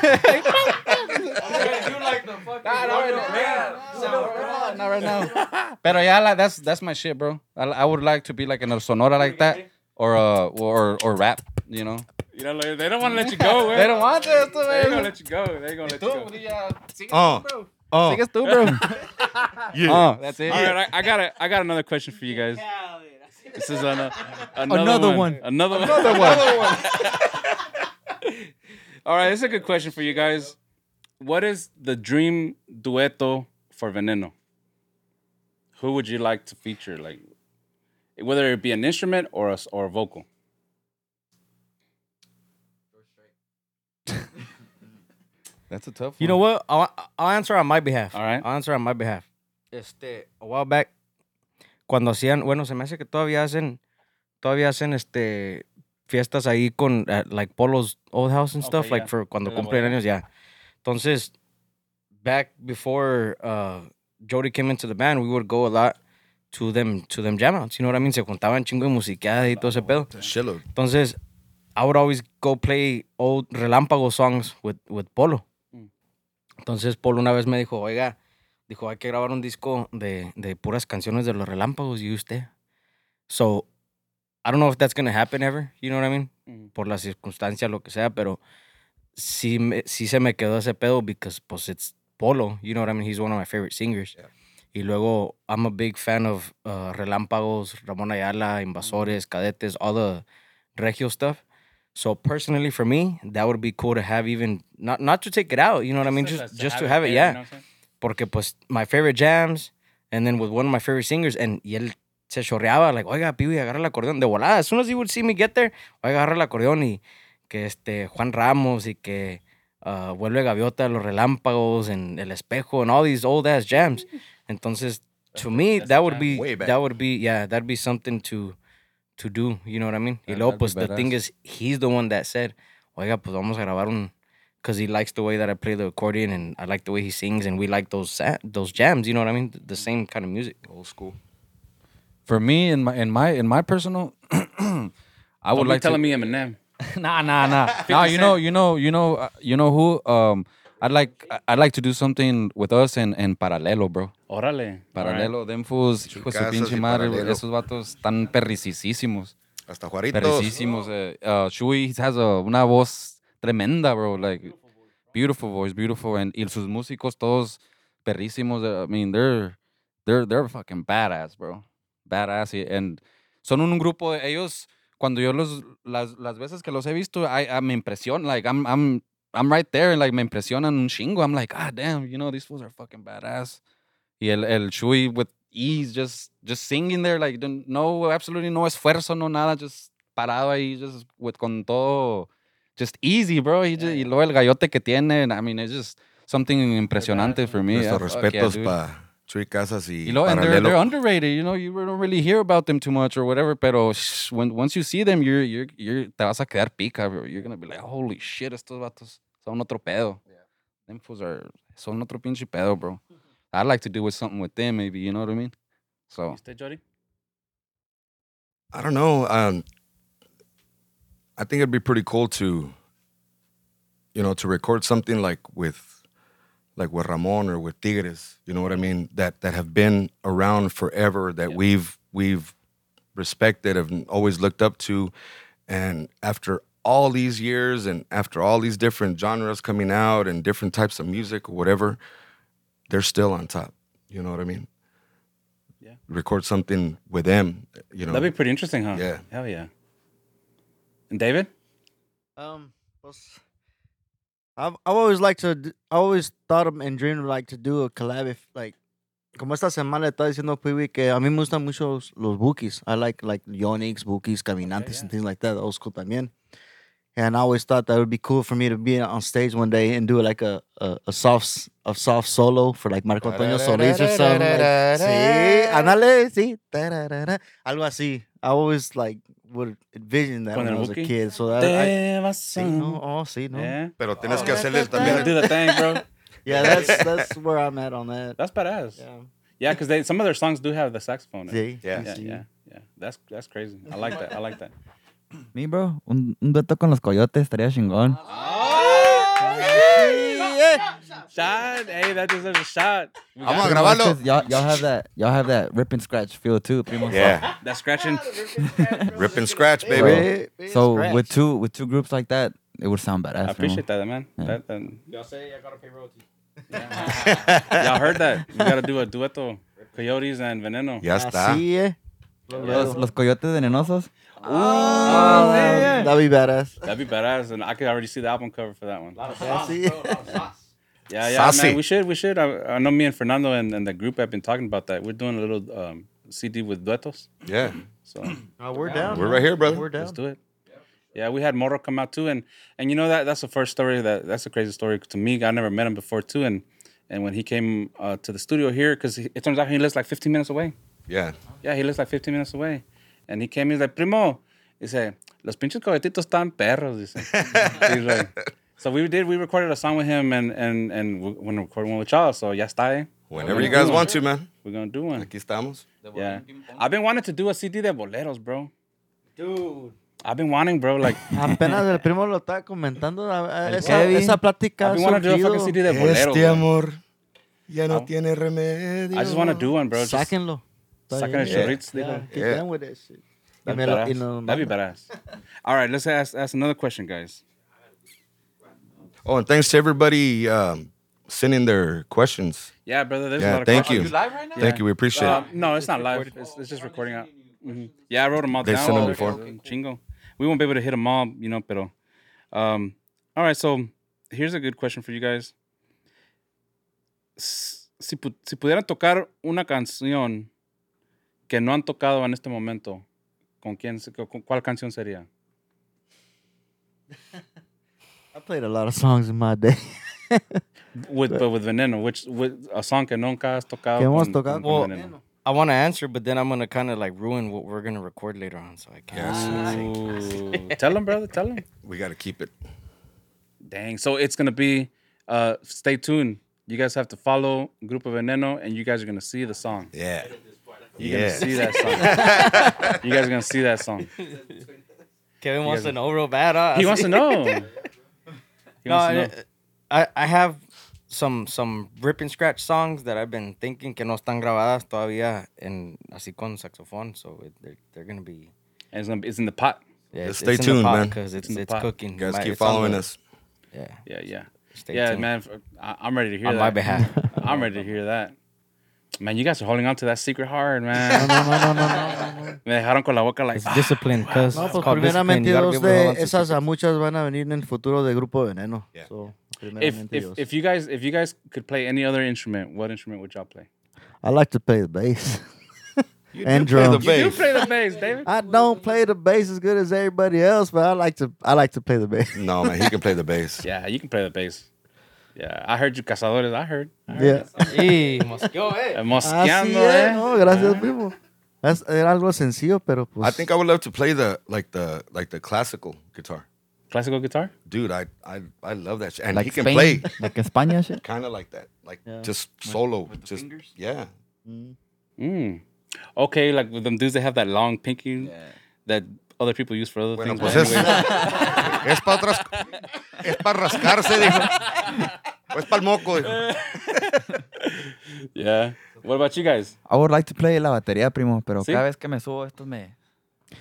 Speaker 1: No, no, right now. No, not right now. Pero yeah, I like- that's that's my shit, bro. I, I would like to be like in a sonora like that, or uh, or or rap, you know.
Speaker 2: You know, like, they don't want to let you go.
Speaker 1: They don't want this,
Speaker 2: They ain't gonna
Speaker 1: güey.
Speaker 2: let you go. They ain't gonna let you
Speaker 1: Tú,
Speaker 2: go.
Speaker 1: Brilla, sigues
Speaker 5: Oh.
Speaker 1: tú, bro.
Speaker 5: Oh,
Speaker 1: Sigues tú, bro.
Speaker 5: yeah.
Speaker 1: Oh, that's it.
Speaker 2: All right, I, I got a, I got another question for you guys. This is an, another,
Speaker 6: Another
Speaker 2: one.
Speaker 6: one.
Speaker 2: Another one.
Speaker 1: Another one.
Speaker 2: All right, this is a good question for you guys. What is the dream dueto for Veneno? Who would you like to feature? Like, whether it be an instrument or a, s- or a vocal.
Speaker 1: That's a tough.
Speaker 3: You know what? I'll, I'll answer on my behalf.
Speaker 2: All right.
Speaker 3: I'll answer on my behalf. Este, a while back, cuando hacían, bueno, se me hace que todavía hacen, todavía hacen, este, fiestas ahí con, at, like, Polo's Old House and
Speaker 2: Okay,
Speaker 3: stuff, like,
Speaker 2: yeah.
Speaker 3: for cuando
Speaker 2: La
Speaker 3: cumplen
Speaker 2: bodega.
Speaker 3: años, ya. Entonces, back before uh, Jody came into the band, we would go a lot to them, to them jam outs, you know what I mean? Se juntaban chingo de musiqueada y todo ese pedo.
Speaker 5: Shitload.
Speaker 3: Entonces, I would always go play old Relámpago songs with, with Polo. Entonces, Polo una vez me dijo, oiga, dijo, hay que grabar un disco de, de puras canciones de los Relámpagos y usted. So, I don't know if that's gonna happen ever, you know what I mean?
Speaker 2: Ujú.
Speaker 3: Por las circunstancias, lo que sea, pero sí, me, sí se me quedó ese pedo because, pues, it's Polo, you know what I mean? He's one of my favorite singers. Y luego, I'm a big fan of uh, Relámpagos, Ramón Ayala, Invasores, Cadetes, all the Regio stuff. So personally, for me, that would be cool to have even not not to take it out. You know what I mean? Just just to have it, yeah. Porque pues my favorite jams, and then with one of my favorite singers, and y él se chorreaba like, oiga, pibe, agarra el acordeón de volada. As soon as he would see me get there, oiga, agarra el acordeón y que este Juan Ramos y que uh, vuelve gaviota, los relámpagos, en el espejo, and all these old ass jams. Entonces, to me,
Speaker 2: that's
Speaker 3: that
Speaker 2: a
Speaker 3: would
Speaker 2: jam.
Speaker 3: be
Speaker 5: Way back.
Speaker 3: that would be yeah, that'd be something to to do. You know what I mean?
Speaker 1: Yeah,
Speaker 3: y
Speaker 1: that'd be
Speaker 3: luego, pues, the thing
Speaker 1: badass.
Speaker 3: is, he's the one that said, oiga, pues vamos a grabar un... Because he likes the way that I play the accordion and I like the way he sings and we like those sa- those jams, you know what I mean? The,
Speaker 2: Mm.
Speaker 3: same kind of music.
Speaker 5: Old school.
Speaker 1: For me, in my in my in my personal, I
Speaker 2: I
Speaker 1: would like
Speaker 2: telling
Speaker 1: to.
Speaker 2: me Eminem.
Speaker 1: nah, nah, nah. no, you know, you know, you know, uh, you know who. Um, I'd like I- I'd like to do something with us and and paralelo, bro.
Speaker 2: Orale.
Speaker 1: Paralelo, them fools, hijo de su
Speaker 5: Chucazos
Speaker 1: pinche
Speaker 5: y
Speaker 1: madre,
Speaker 5: Paralelo.
Speaker 1: esos vatos están perricisísimos.
Speaker 5: Hasta Juaritos.
Speaker 1: Perricisísimos. eh. Uh, Shui has a, una voz tremenda, bro. Like, beautiful voice, beautiful. And, y sus músicos todos perrísimos. eh, I mean, they're, they're, they're fucking badass, bro. Badass. y- And son un grupo de ellos. Cuando yo los, las, las veces que los he visto, I, I me impresionan. Like, I'm, I'm, I'm right there and, like, me impresionan un chingo. I'm like, ah, damn, you know, these fools are fucking badass. Y el, el Chuy with ease, just, just singing there, like, don't- no, absolutely no esfuerzo, no nada, just parado ahí, just with, con todo, just easy, bro. He ju- Y luego el gallote que tiene, and I mean, it's just something impresionante for me.
Speaker 5: Nuestros
Speaker 1: Yeah, fuck yeah,
Speaker 5: respetos
Speaker 1: dude.
Speaker 5: para Chuy Casas y,
Speaker 1: Y luego, and they're,
Speaker 5: Paralelo.
Speaker 1: they're underrated, you know, you don't really hear about them too much or whatever, pero shh, when, once you see them, you're, you're, you're, te vas a quedar pica, bro. You're gonna be like, holy shit, estos vatos son otro pedo. Them fools are, son otro pinche pedo, bro. I'd like to do with something with them, maybe, you know what I mean? So,
Speaker 2: Usted, Jody?
Speaker 5: I don't know. Um, I think it'd be pretty cool to, you know, to record something like with, like with Ramon or with Tigres. You know what I mean? That that have been around forever. That we've we've respected, have always looked up to, and after all these years and after all these different genres coming out and different types of music or whatever, they're still on top. You know what I mean?
Speaker 2: Yeah.
Speaker 5: record something with them. You know,
Speaker 2: That'd be pretty interesting, huh?
Speaker 5: Yeah.
Speaker 2: Hell yeah. And David?
Speaker 7: Um, pues, I've I've always liked to d- I always thought of and dreamed of like to do a collab if like como esta semana le estaba diciendo a Piwi que a mí me gustan mucho los, los bookies. I like like Yonix, bookies, caminantes and things like that. Old school también. And I always thought that would be cool for me to be on stage one day and do like a a, a soft s- a soft solo for like Marco Antonio Solís or something. Like, sí, ándale, sí. tararara, Algo así. I always like would envision that
Speaker 2: Con
Speaker 7: when I
Speaker 2: el
Speaker 7: was a
Speaker 2: Buki.
Speaker 7: kid. So that I,
Speaker 2: Te vas a-
Speaker 7: Sí, no, oh, sí, no. Yeah,
Speaker 2: Yeah.
Speaker 5: Pero tienes que hacerle
Speaker 2: You gotta
Speaker 5: también.
Speaker 2: do the thing, bro.
Speaker 7: that's that's where I'm at on that.
Speaker 2: That's badass.
Speaker 7: Yeah.
Speaker 2: Yeah, because they some of their songs do have the saxophone. in it.
Speaker 7: Sí,
Speaker 5: Yeah.
Speaker 7: sí,
Speaker 2: Yeah,
Speaker 7: sí.
Speaker 2: yeah, yeah. That's that's crazy. I like that. I like that.
Speaker 6: Me, bro, un, un dueto con los coyotes estaría chingón.
Speaker 2: Ah,
Speaker 5: Ah!
Speaker 2: Shot. Hey, that deserves a shot. We got
Speaker 5: Vamos a
Speaker 2: it.
Speaker 6: Pretty much
Speaker 5: grabarlo.
Speaker 6: 'cause Y'all, y'all have that, y'all have that rip and scratch feel too, primo.
Speaker 5: Yeah,
Speaker 2: That scratching.
Speaker 5: rip and scratch, baby.
Speaker 6: Bro.
Speaker 7: Rip and
Speaker 6: So
Speaker 7: scratch.
Speaker 6: with two with two groups like that, it would sound badass.
Speaker 2: I
Speaker 6: primo.
Speaker 2: appreciate that, man. That, that,
Speaker 3: Y'all say I gotta pay royalties.
Speaker 2: y'all heard that? We gotta do a dueto, Coyotes and Veneno.
Speaker 5: Ya está.
Speaker 7: Así, eh.
Speaker 6: Los, los coyotes venenosos.
Speaker 2: Oh,
Speaker 7: Oh, That'd be badass.
Speaker 2: That'd be badass, and I could already see the album cover for that one.
Speaker 7: Así.
Speaker 2: Yeah, yeah,
Speaker 5: Saucy.
Speaker 2: man. We should, we should. I, I know me and Fernando and, and the group have been talking about that. We're doing a little um, CD with duetos,
Speaker 5: Yeah,
Speaker 2: so
Speaker 7: No, we're down.
Speaker 5: we're right here,
Speaker 7: We're
Speaker 5: brother.
Speaker 7: down.
Speaker 2: Let's do it. Yeah, we had Moro come out too, and and you know that that's the first story that that's a crazy story to me. I never met him before too, and and when he came uh, to the studio here, because it turns out he lives like 15 minutes away.
Speaker 5: Yeah,
Speaker 2: Yeah, he lives like 15 minutes away, and he came. He's like, primo, he said, los pinches cohetitos están perros. He said. he's like, so we did. We recorded a song with him, and and and we- when recording one with y'all, so ya está. Eh?
Speaker 5: whenever you guys want to, man.
Speaker 2: We're gonna do one.
Speaker 5: Aquí estamos.
Speaker 2: Yeah. I've been wanting to do a CD de boleros, bro. Dude. I've been wanting, bro. Like,
Speaker 7: Apenas el primo lo estaba comentando. a- a- esa,
Speaker 6: Kevin.
Speaker 7: esa plática.
Speaker 2: I've
Speaker 7: ha
Speaker 2: been wanting to do a fucking
Speaker 7: surgido.
Speaker 2: CD de boleros. bro.
Speaker 5: amor ya
Speaker 2: no
Speaker 5: tiene remedio.
Speaker 2: I just want to do one, bro. Just sucking
Speaker 7: Sáquenlo. Está
Speaker 2: a
Speaker 7: bien.
Speaker 5: Yeah.
Speaker 2: chorritz, digo.
Speaker 7: Get
Speaker 5: Yeah.
Speaker 7: down with that shit. Y
Speaker 2: That'd
Speaker 7: me
Speaker 2: be
Speaker 7: lo- y
Speaker 2: badass.
Speaker 7: no- no-
Speaker 2: That'd be badass. All right, let's ask, ask another question, guys.
Speaker 5: Oh, and thanks to everybody um, sending their questions.
Speaker 2: Yeah, brother, there's a lot
Speaker 5: yeah,
Speaker 2: of
Speaker 5: thank you.
Speaker 2: questions.
Speaker 1: right now?
Speaker 5: Thank you. We appreciate
Speaker 2: Um,
Speaker 5: it.
Speaker 2: no, it's not live. It's, it's just recording out. Mhm. Yeah, I wrote them all
Speaker 5: They
Speaker 2: down.
Speaker 5: sent 'em
Speaker 2: Oh,
Speaker 5: before.
Speaker 2: Chingo. We won't be able to hit them all, you know, pero. Um, all right, so here's a good question for you guys. S- Si, pu- si pudieran tocar una canción que no han tocado en este momento, ¿con quién, se- con- ¿cuál canción sería?
Speaker 7: I played a lot of songs in my day.
Speaker 2: With, but with Veneno, which with a song que nunca has tocado.
Speaker 7: Que hemos
Speaker 2: con- con
Speaker 7: tocado con
Speaker 2: Veneno.
Speaker 3: I want to answer, but then I'm gonna kind of like ruin what we're gonna record later on, so I can't.
Speaker 2: Ooh. tell him, brother, tell 'em. him.
Speaker 5: We got to keep it.
Speaker 2: Dang. So it's gonna be uh stay tuned. You guys have to follow Grupo Veneno and you guys are gonna see the song.
Speaker 5: Yeah.
Speaker 2: You're gonna
Speaker 5: Yeah.
Speaker 2: see that song. you guys are gonna see that song.
Speaker 3: Kevin wants
Speaker 2: guys-
Speaker 3: to know real bad. Huh?
Speaker 2: He wants to know. He
Speaker 3: No,
Speaker 2: wants
Speaker 3: I,
Speaker 2: to know.
Speaker 3: I I have some some rip and scratch songs that I've been thinking que no están grabadas todavía en así con saxofón, so it, they're they're gonna be.
Speaker 2: And it's, gonna be, it's in the pot.
Speaker 3: Yeah,
Speaker 5: Just stay tuned, man.
Speaker 3: Because it's
Speaker 2: in
Speaker 3: it's,
Speaker 2: the pot.
Speaker 3: cooking.
Speaker 5: You guys
Speaker 3: My-
Speaker 5: keep
Speaker 3: it's on
Speaker 5: following
Speaker 3: the-
Speaker 5: us.
Speaker 3: Yeah,
Speaker 2: Yeah, yeah.
Speaker 3: stay
Speaker 2: yeah,
Speaker 3: tuned.
Speaker 2: man. f- I, am ready to hear
Speaker 3: On
Speaker 2: that.
Speaker 3: my behalf.
Speaker 2: I'm ready to hear that. Man, you guys are holding on to that secret hard, man. no, no, no, no, no. Me dejaron con la boca like, "Ah,
Speaker 3: It's discipline, cause
Speaker 7: No,
Speaker 3: it's
Speaker 7: pues
Speaker 3: called discipline.
Speaker 7: primeramente
Speaker 3: You gotta be
Speaker 7: dos
Speaker 3: able to hold
Speaker 7: de
Speaker 3: on to
Speaker 7: esas a muchas van a venir en el futuro de Grupo Veneno. So,
Speaker 2: if,
Speaker 7: primeramente
Speaker 2: if,
Speaker 7: Dios.
Speaker 2: if you guys if you guys could play any other instrument, what instrument would y'all play?
Speaker 7: I like to play the bass. and
Speaker 5: Play the
Speaker 7: drums.
Speaker 2: You
Speaker 5: bass.
Speaker 2: play the bass, David.
Speaker 7: I don't play the bass as good as everybody else, but I like to I like to play the bass.
Speaker 5: No, man, he can play the bass.
Speaker 2: Yeah, you can play the bass. Yeah, I heard you cazadores. I heard.
Speaker 6: Ah,
Speaker 7: Yeah.
Speaker 3: Ey, mosqueó, eh.
Speaker 2: Uh,
Speaker 7: Así
Speaker 2: Mosqueando,
Speaker 7: es,
Speaker 2: eh?
Speaker 7: no,
Speaker 6: Ah.
Speaker 7: gracias, primo. Es- era algo sencillo, pero pues
Speaker 5: I think I would love to play the like the like the classical guitar.
Speaker 2: Classical guitar?
Speaker 5: Dude, I I, I love that shit. And
Speaker 6: Like
Speaker 5: he can
Speaker 6: Spain,
Speaker 5: play
Speaker 6: like España shit.
Speaker 5: kind of like that. Like just solo. just yeah.
Speaker 2: Mm. Okay, like with them dudes that have that long pinky that other people use for other
Speaker 5: Bueno,
Speaker 2: things.
Speaker 5: pues
Speaker 2: but
Speaker 5: es,
Speaker 2: anyway,
Speaker 5: es para otras, es para rascarse, dijo. O es para el moco, dijo.
Speaker 2: yeah. What about you guys?
Speaker 6: I would like to play la batería, primo, pero
Speaker 2: Sí.
Speaker 6: cada vez que me subo estos me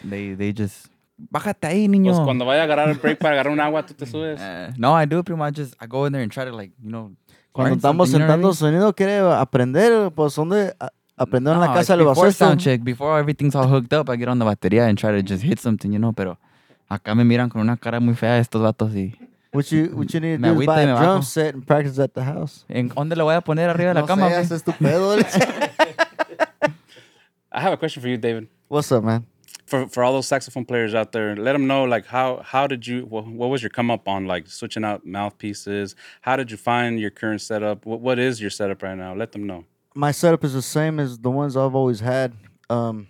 Speaker 6: they they just bájate ahí, niño.
Speaker 2: Pues cuando vaya a agarrar el break para agarrar un agua,
Speaker 5: Mm.
Speaker 2: tú te subes.
Speaker 6: Eh, no, I do, primo. I just I go in there and try to like you know.
Speaker 7: cuando
Speaker 6: learn
Speaker 7: estamos
Speaker 6: something, you know what I
Speaker 7: sentando sonido quiere aprender, pues donde Aprender en la
Speaker 6: No,
Speaker 7: casa
Speaker 6: it's
Speaker 7: del
Speaker 6: before
Speaker 7: baloncesto.
Speaker 6: soundcheck, before everything's all hooked up, I get on the batería and try to just hit something, you know, pero acá me miran con una cara muy fea estos vatos y...
Speaker 7: What you, what you need to
Speaker 6: Me
Speaker 7: do is
Speaker 6: agüita
Speaker 7: buy
Speaker 6: y me
Speaker 7: a drum
Speaker 6: bajo.
Speaker 7: set and practice at the house.
Speaker 6: ¿En dónde lo voy a poner arriba de la
Speaker 7: No
Speaker 6: cama?
Speaker 7: seas
Speaker 6: güey?
Speaker 7: estúpido.
Speaker 2: I have a question for you, David.
Speaker 7: What's up, man?
Speaker 2: For for all those saxophone players out there, let them know like how how did you what, what was your come up on like switching out mouthpieces? How did you find your current setup? What what is your setup right now? Let them know.
Speaker 7: my setup is the same as the ones I've always had. Um,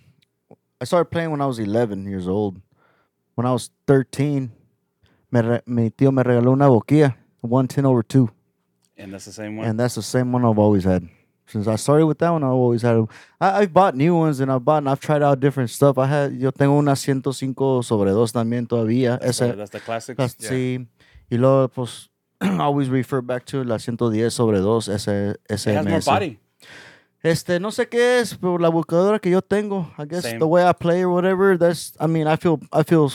Speaker 7: I started playing when I was 11 years old. When I was 13, me re- mi tío me regaló una boquilla, 110 over 2.
Speaker 2: And that's the same one.
Speaker 7: And that's the same one I've always had. Since I started with that one, I've always had it. I, I've bought new ones and I've bought and I've tried out different stuff. I had, yo tengo una 105 sobre dos también todavía.
Speaker 2: that's,
Speaker 7: Esa-
Speaker 2: the, that's the classics.
Speaker 7: Las- Sí. Y luego, pues, I always refer back to la 110 sobre 2 ese, ese
Speaker 2: it has more body.
Speaker 7: Este, no sé qué es, pero la buscadora que yo tengo, I guess
Speaker 2: Same.
Speaker 7: the way I play or whatever, that's, I mean, I feel, I feel,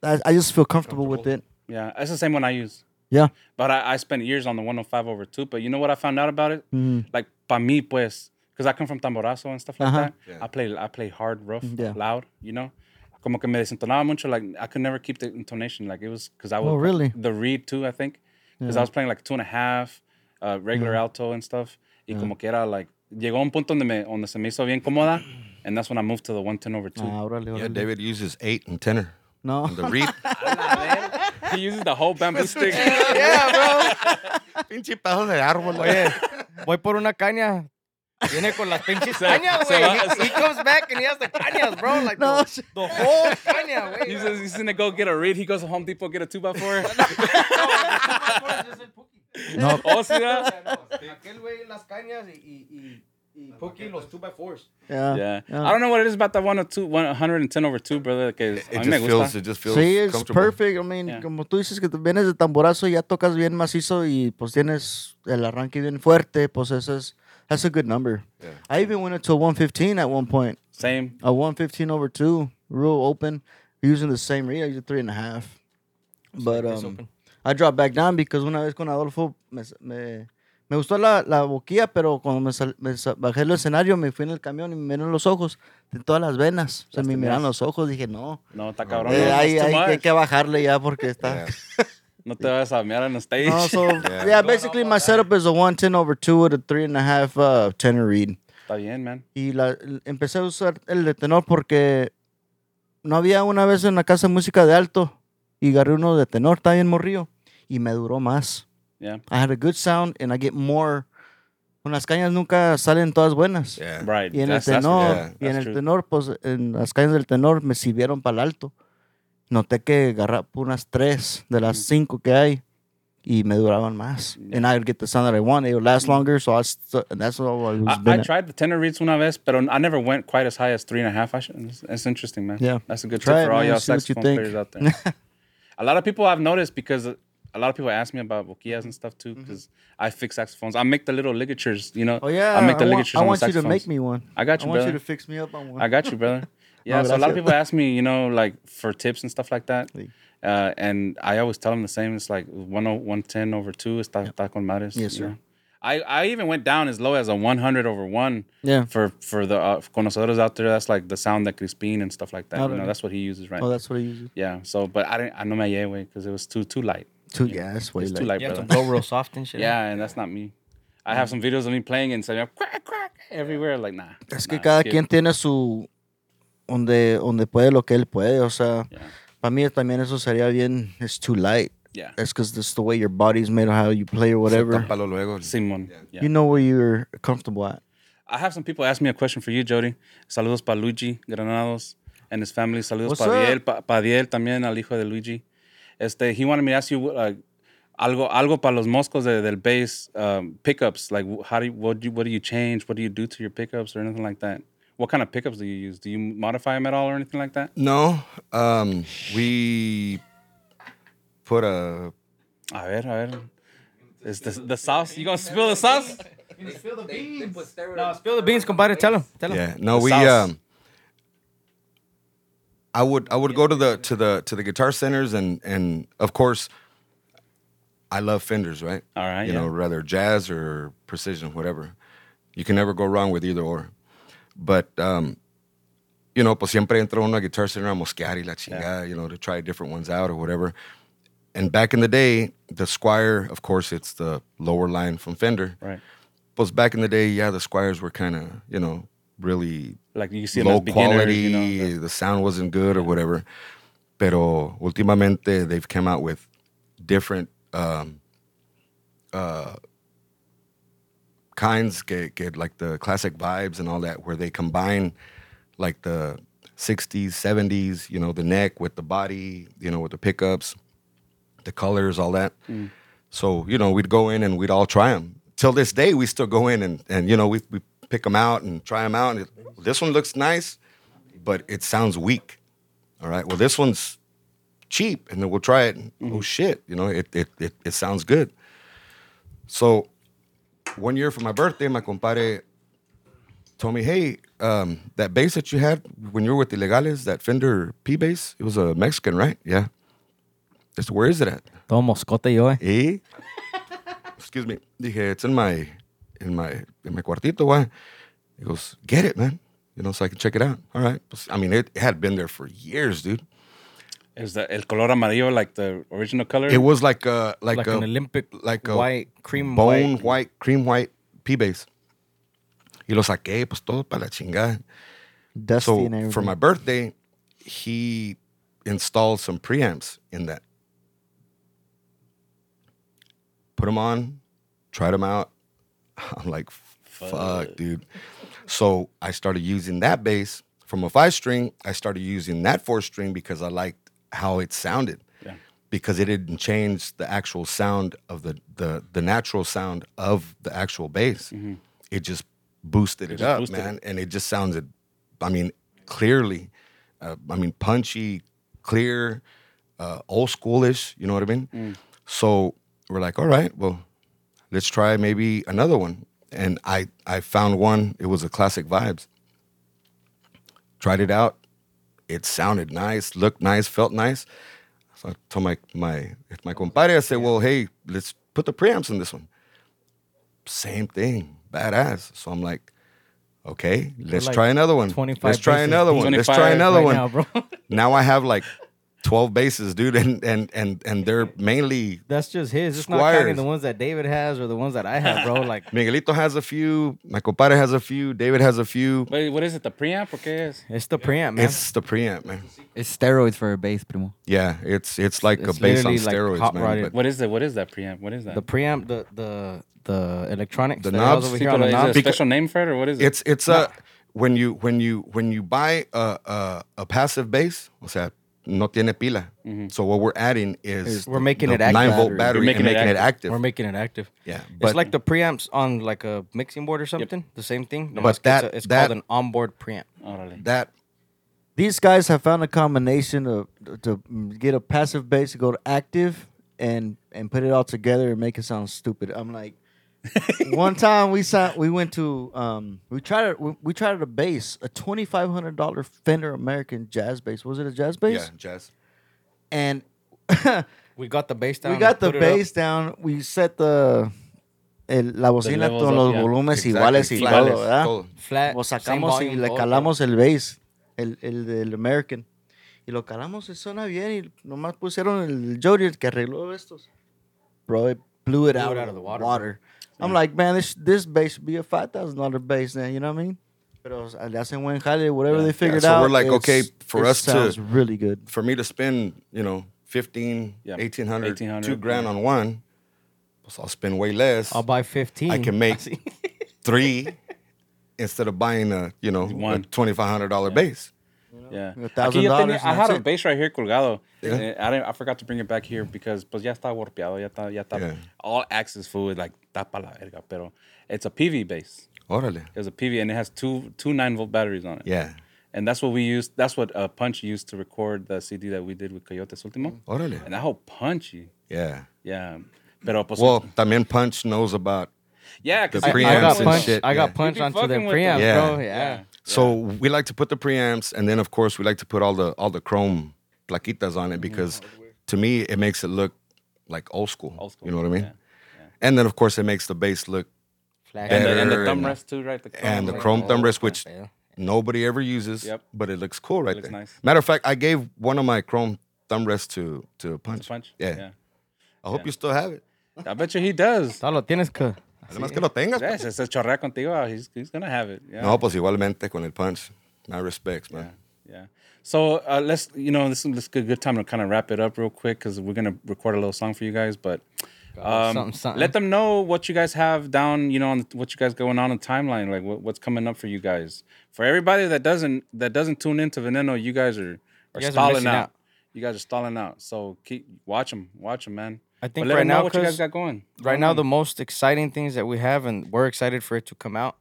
Speaker 7: I, I just feel comfortable, with it.
Speaker 2: Yeah, that's the same one I use.
Speaker 7: Yeah.
Speaker 2: But I, I spent years on the 105 over two. But you know what I found out about it? Like pa mi pues, because I come from tamborazo and stuff like
Speaker 7: Mm-hmm. Uh-huh. Mm,
Speaker 2: that. I play I play hard, rough,
Speaker 7: Yeah.
Speaker 2: loud. You know, como que me desentonaba mucho. Like I could never keep the intonation. Like it was because I was
Speaker 7: Oh, really?
Speaker 2: the reed too. I think because I was playing like two and a half, uh, regular alto and stuff. Y como que era like llegó un punto donde me donde se me hizo bien cómoda, and that's when I moved to the 110 over two.
Speaker 7: Ah, órale,
Speaker 5: Yeah,
Speaker 7: órale.
Speaker 5: David uses eight and tenor.
Speaker 7: No.
Speaker 5: And the reed.
Speaker 2: He uses the whole bamboo stick.
Speaker 5: Pinche pedazo de árbol.
Speaker 3: Oye, voy por una caña. Viene con las pinches cañas,
Speaker 2: se
Speaker 3: güey.
Speaker 2: va-
Speaker 3: He, he comes back and he has the cañas, bro. Like
Speaker 7: No,
Speaker 3: the, the whole caña, güey.
Speaker 2: He says he's gonna go get a reed. He goes to Home Depot get a two by four.
Speaker 6: No,
Speaker 2: Oh, sí, ¿verdad?
Speaker 3: Aquel güey las cañas y, y, y, y Pookie los 2x4s.
Speaker 7: Yeah.
Speaker 2: Yeah. I don't know what it is about that 102, 110 over 2, brother. Que es,
Speaker 5: It
Speaker 2: a mí me
Speaker 5: just feels,
Speaker 2: gusta.
Speaker 5: it just feels
Speaker 7: Sí, es
Speaker 5: comfortable.
Speaker 7: perfect. I mean,
Speaker 2: Yeah.
Speaker 7: como tú dices que te vienes de tamborazo y ya tocas bien macizo y pues tienes el arranque bien fuerte, pues eso es, that's a good number. I even went into a 115 at one point,
Speaker 2: Same.
Speaker 7: a 115 over two, real open, using the same read, I used a three and a half. But
Speaker 3: it's
Speaker 7: um,
Speaker 3: open.
Speaker 7: I dropped back down because una vez con Adolfo me, me, me gustó la, la boquilla, pero cuando me, sal- me sa- bajé del escenario, me fui en el camión y me miran los ojos, de todas las venas, se me miran los ojos, dije no.
Speaker 2: No, está cabrón.
Speaker 7: Eh,
Speaker 2: no,
Speaker 7: hay,
Speaker 2: that's too
Speaker 7: hay que- hay
Speaker 2: much.
Speaker 7: que bajarle ya porque está.
Speaker 2: no te vas a mear on the stage.
Speaker 7: No, so, yeah. basically my setup is a 110 over 2 with a 3.5 uh, tenor read.
Speaker 2: está bien, man.
Speaker 7: Y la, el- empecé a usar el de tenor porque no había una vez en la casa de música de alto y agarré uno de tenor, está bien morrido, y me duró más.
Speaker 2: Yeah.
Speaker 7: I had a good sound and I get more. Con las cañas nunca salen todas buenas.
Speaker 5: Yeah.
Speaker 2: Right.
Speaker 7: Y en el
Speaker 2: That's- that's-
Speaker 7: tenor,
Speaker 5: yeah,
Speaker 7: y en
Speaker 2: that's
Speaker 7: el
Speaker 2: true.
Speaker 7: tenor, pues en las cañas del tenor me sirvieron para el alto. Noté que agarraba unas tres de
Speaker 2: Mm.
Speaker 7: las cinco que hay y me duraban más. And I would get the sound that I want. It would last longer, so I stu- and that's what I was
Speaker 2: Mm. I, I
Speaker 7: been at.
Speaker 2: tried the tenor reeds una vez, but I never went quite as high as three and a half. I should, it's, it's interesting, man.
Speaker 7: Yeah.
Speaker 2: That's a good
Speaker 7: Try
Speaker 2: tip for
Speaker 7: it,
Speaker 2: all
Speaker 7: man,
Speaker 2: y'all
Speaker 7: see what you
Speaker 2: saxophone
Speaker 7: think.
Speaker 2: players out there. a lot of people I've noticed because uh, a lot of people ask me about boquillas and stuff too, because I fix saxophones. I make the little ligatures, you know.
Speaker 7: Mm-hmm. Oh yeah,
Speaker 2: I make the
Speaker 7: I want,
Speaker 2: ligatures
Speaker 7: I
Speaker 2: on
Speaker 7: want
Speaker 2: the
Speaker 7: you to
Speaker 2: saxophones.
Speaker 7: make me one.
Speaker 2: I got you,
Speaker 7: I want
Speaker 2: brother.
Speaker 7: you to fix me up on one.
Speaker 2: I got you, brother. Yeah, so a lot of
Speaker 7: gracias.
Speaker 2: people ask me, you know, like for tips and stuff like that.
Speaker 7: Sí.
Speaker 2: Uh, and I always tell them the same. It's like 10 110 over 2 está, está con madres. you
Speaker 7: Yes, sir.
Speaker 2: know. I, I even went down as low as a 100 over 1
Speaker 7: Yeah.
Speaker 2: for, for the uh, conocedores out there. That's like the sound that Crispin and stuff like that. you know,
Speaker 7: Órale.
Speaker 2: that's what he uses, right?
Speaker 7: Oh, that's what I use.
Speaker 2: yeah, so, but I didn't, I know my yeah way because it was too too light.
Speaker 7: Too, yeah, that's way
Speaker 2: It's too light,
Speaker 7: late.
Speaker 3: You have to
Speaker 2: brother.
Speaker 3: blow real soft and shit.
Speaker 2: Yeah, and that's not me. I
Speaker 7: Mm.
Speaker 2: have some videos of me playing and saying quack, quack everywhere. Like, nah.
Speaker 7: Es que
Speaker 2: nah,
Speaker 7: cada
Speaker 2: skip.
Speaker 7: quien tiene su donde donde puede lo que él puede, o sea,
Speaker 2: Yeah.
Speaker 7: para mí también eso sería bien it's too light.
Speaker 2: Yeah.
Speaker 7: That's because that's the way your body's made or how you play or whatever.
Speaker 5: Tápalo luego.
Speaker 2: Simon. Yeah.
Speaker 7: You know where you're comfortable at.
Speaker 2: I have some people ask me a question for you, Jody. Saludos para Luigi Granados and his family. Saludos
Speaker 7: What's
Speaker 2: para Diel,
Speaker 7: up?
Speaker 2: pa, pa Diel también, al hijo de Luigi. Este, he wanted me to ask you uh, algo, algo para los moscos de, del bass um, pickups. Like, wh- how do you, what do you, what do you change? What do you do to your pickups or anything like that? What kind of pickups do you use? Do you modify them at all or anything like that?
Speaker 5: No, um, we put a
Speaker 2: A ver, a ver. Is the, the sauce? You gonna spill the sauce?
Speaker 3: No, spill the beans, compadre. Tell him. Tell him.
Speaker 5: yeah. No,
Speaker 2: The
Speaker 5: we
Speaker 2: sauce.
Speaker 5: um, I would I would go to the to the to the guitar centers and and of course, I love Fenders, right?
Speaker 2: All right,
Speaker 5: you know,
Speaker 2: yeah.
Speaker 5: rather jazz or precision, whatever. You can never go wrong with either or. But, um, you know, pues siempre entra uno a Guitar Center a mosquear y la chingada, you know, to try different ones out or whatever. And back in the day, the Squire, of course, it's the lower line from Fender.
Speaker 2: Right.
Speaker 5: But back in the day, yeah, the Squires were kind of, you know, really
Speaker 2: Like you see them
Speaker 5: low
Speaker 2: as beginners,
Speaker 5: quality,
Speaker 2: you know.
Speaker 5: the sound wasn't good or whatever. Pero últimamente they've come out with different um, uh, kinds, que, que, like the classic vibes and all that, where they combine like the 60s, 70s, you know, the neck with the body, you know, with the pickups, the colors, all that. So, you know, we'd go in and we'd all try them. Till this day, we still go in and, and you know, we, we pick them out and try them out. And it, this one looks nice, but it sounds weak. All right. Well, this one's cheap. And then we'll try it. And, Oh, shit. You know, it, it, it, it sounds good. So, one year for my birthday, my compadre told me, hey, um, that bass that you had when you were with Illegales, that Fender P bass, it was a Mexican, right? Yeah. I said, where is it at?
Speaker 3: Todo moscote yo, eh.
Speaker 5: ¿Eh? Excuse me. Dije, it's in my, in my, in my cuartito, why? He goes, get it, man. You know, so I can check it out. All right. Pues, I mean, it, it had been there for years, dude.
Speaker 2: Is the el color amarillo like the original color?
Speaker 5: It was like a, like,
Speaker 3: Like,
Speaker 5: a,
Speaker 3: an Olympic
Speaker 5: like a
Speaker 3: white, cream
Speaker 5: bone
Speaker 3: white.
Speaker 5: white. cream white P-Bass. Y lo saqué, pues todo para la chingada.
Speaker 7: Dusty and
Speaker 5: So
Speaker 7: everything.
Speaker 5: for my birthday, he installed some preamps in that. Put them on, tried them out. I'm like, fuck, dude. So I started using that bass from a five string. I started using that four string because I liked how it sounded.
Speaker 2: Yeah.
Speaker 5: Because it didn't change the actual sound of the the, the natural sound of the actual bass. It just boosted it,
Speaker 2: just
Speaker 5: up,
Speaker 2: boosted Mm-hmm. it.
Speaker 5: man. And it just sounded, I mean, clearly, uh, I mean, punchy, clear, uh, old schoolish. You know what I mean?
Speaker 2: Mm.
Speaker 5: So we're like, all right, well, let's try maybe another one. And I I found one. It was a classic vibes. Tried it out. It sounded nice, looked nice, felt nice. So I told my my my compadre, I said, well, hey, let's put the preamps in this one. Same thing, badass. So I'm like, okay, let's
Speaker 3: like
Speaker 5: try another one.
Speaker 3: 25
Speaker 5: Let's try
Speaker 3: bases.
Speaker 5: another one. Let's
Speaker 2: 25
Speaker 5: try another
Speaker 3: right
Speaker 5: one.
Speaker 3: now, bro.
Speaker 5: Now I have like 12 bases, dude, and and and and they're mainly
Speaker 3: That's just his. It's not counting
Speaker 5: Squires.
Speaker 3: the ones that David has or the ones that I have, bro. Like,
Speaker 5: Miguelito has a few, my compadre has a few, David has a few.
Speaker 2: Wait, what is it? The preamp or qué es?
Speaker 3: it's the preamp, man.
Speaker 5: It's the preamp, man.
Speaker 6: It's steroids for a bass, primo.
Speaker 5: Yeah, it's it's like
Speaker 3: It's
Speaker 5: a bass on
Speaker 3: literally like
Speaker 5: steroids,
Speaker 3: hot
Speaker 5: man.
Speaker 3: rodded.
Speaker 5: but-
Speaker 2: What is that? What is that preamp? What is that?
Speaker 3: the preamp, the the the electronics,
Speaker 5: The
Speaker 3: that I was
Speaker 5: knobs?
Speaker 3: over
Speaker 2: Sí,
Speaker 3: here on
Speaker 2: pero
Speaker 3: the
Speaker 2: is there a
Speaker 3: knobs.
Speaker 2: special name for it or what is it?
Speaker 5: It's it's a when you when you when you buy a a, a passive base, o sea, no tiene pila. So what we're adding is
Speaker 3: We're making
Speaker 5: the
Speaker 3: it active.
Speaker 5: nine volt
Speaker 3: Battery.
Speaker 5: battery
Speaker 2: We're making
Speaker 5: and
Speaker 2: it
Speaker 5: making it active.
Speaker 3: We're making it active.
Speaker 5: yeah,
Speaker 3: it's like the preamps on like a mixing board or something. The same thing. Nomás
Speaker 5: But
Speaker 3: que it's,
Speaker 5: that-
Speaker 3: a- it's
Speaker 5: that-
Speaker 3: called an onboard preamp.
Speaker 2: Órale.
Speaker 5: that
Speaker 7: These guys have found a combination of to get a passive bass to go to active and and put it all together and make it sound stupid. I'm like, one time we saw we went to um we tried it we, we tried a bass a twenty five hundred dollar Fender American jazz bass was it a jazz bass
Speaker 5: yeah, jazz.
Speaker 7: and
Speaker 3: We got the bass down.
Speaker 7: we got the
Speaker 3: put it up.
Speaker 7: bass down we set the el, la bocina
Speaker 2: levels
Speaker 7: con
Speaker 2: up,
Speaker 7: los
Speaker 2: yeah.
Speaker 7: volúmenes
Speaker 5: Exactly,
Speaker 7: iguales y
Speaker 5: flat,
Speaker 7: todo, ¿verdad?
Speaker 5: todo.
Speaker 3: flat.
Speaker 7: Lo
Speaker 3: same
Speaker 7: sacamos y
Speaker 3: volume,
Speaker 7: le
Speaker 3: todo,
Speaker 7: calamos el bass, el, el del American. Y lo calamos, y suena bien. Y nomás pusieron el Jody el que arregló estos. Bro, it blew it, out, of the water.
Speaker 3: bro.
Speaker 7: I'm like, man, this, this bass should be a $5,000 bass now, you know what I mean? Pero o sea, le hacen buen jale, whatever they figured
Speaker 5: so
Speaker 7: out.
Speaker 5: we're like,
Speaker 7: it's-
Speaker 5: okay, for
Speaker 7: it
Speaker 5: us to-
Speaker 7: sounds really good.
Speaker 5: For me to spend, you know, 15,
Speaker 2: Yeah,
Speaker 5: 1800,
Speaker 2: 1800,
Speaker 5: two grand
Speaker 2: yeah.
Speaker 5: on one, pues I'll spend way less.
Speaker 3: I'll buy fifteen.
Speaker 5: I can make three instead of buying a, you know,
Speaker 2: One.
Speaker 5: a twenty five hundred dollar base.
Speaker 2: Yeah.
Speaker 7: A
Speaker 2: Aquí
Speaker 7: thousand
Speaker 2: yo tenía-
Speaker 7: dollars,
Speaker 2: I had
Speaker 7: that's
Speaker 2: a
Speaker 7: it.
Speaker 2: bass right here colgado.
Speaker 5: Yeah.
Speaker 2: Eh, I, didn't, I forgot to bring it back here because pues ya está warpeado, ya está, ya está.
Speaker 5: Yeah.
Speaker 2: All access fluid, like tapa la verga, pero it's a PV bass.
Speaker 5: Órale.
Speaker 2: It was a PV and it has two two nine volt batteries on it.
Speaker 5: Yeah.
Speaker 2: And that's what we used. That's what uh, Punch used to record the CD that we did with Coyotes Ultimo.
Speaker 5: Órale.
Speaker 2: And that whole punchy,
Speaker 5: Yeah.
Speaker 2: yeah. Pero pues,
Speaker 5: Well, también Punch knows about.
Speaker 2: yeah, 'cause
Speaker 5: the
Speaker 2: he-
Speaker 3: I got
Speaker 5: preamps and
Speaker 3: punched.
Speaker 5: shit,
Speaker 3: I
Speaker 5: yeah.
Speaker 3: got punched
Speaker 2: You be
Speaker 3: onto the
Speaker 2: fucking with them.
Speaker 3: preamp,
Speaker 5: Yeah.
Speaker 3: bro.
Speaker 2: Yeah.
Speaker 3: Yeah.
Speaker 5: So we like to put the preamps, and then of course we like to put all the all the chrome plaquitas on it because to me it makes it look like old school.
Speaker 2: Mm-hmm. Old school,
Speaker 5: You know what I mean?
Speaker 2: yeah,
Speaker 5: And then of course it makes the bass look
Speaker 3: Flash.
Speaker 2: And the, and the
Speaker 5: Better
Speaker 2: thumb
Speaker 5: and-
Speaker 2: rest too, right? The
Speaker 5: and
Speaker 2: Oh,
Speaker 5: the
Speaker 2: like-
Speaker 5: chrome thumb rest, which
Speaker 3: Yeah.
Speaker 5: nobody ever uses,
Speaker 2: Yep.
Speaker 5: but it looks cool right
Speaker 2: looks
Speaker 5: there.
Speaker 2: nice.
Speaker 5: Matter of fact, I gave one of my chrome thumb rests to to Punch.
Speaker 2: Punch.
Speaker 5: Yeah. I hope you still have it.
Speaker 2: yeah. I bet you he does.
Speaker 3: Todo lo tienes que.
Speaker 5: Además que lo tengas.
Speaker 2: Yes, ese chorrea contigo. Ah, He's, he's going to have it. Yeah.
Speaker 5: No, pues igualmente con el Punch. My respects, man.
Speaker 2: Yeah. Yeah. So uh, let's, you know, this, this is a good time to kind of wrap it up real quick because we're going to record a little song for you guys. But um,
Speaker 3: something, something.
Speaker 2: let them know what you guys have down, you know, on what you guys going on in the timeline, like what, what's coming up for you guys. For everybody that doesn't that doesn't tune into Veneno, you guys are, are
Speaker 3: guys are
Speaker 2: stalling
Speaker 3: missing
Speaker 2: out.
Speaker 3: out.
Speaker 2: You guys are stalling out. So keep watch them, watch them, man.
Speaker 3: I
Speaker 2: But
Speaker 3: think
Speaker 2: let
Speaker 3: right
Speaker 2: 'em know
Speaker 3: now,
Speaker 2: what you guys
Speaker 3: Chris,
Speaker 2: got going.
Speaker 3: Right now, the most exciting things that we have, and we're excited for it to come out,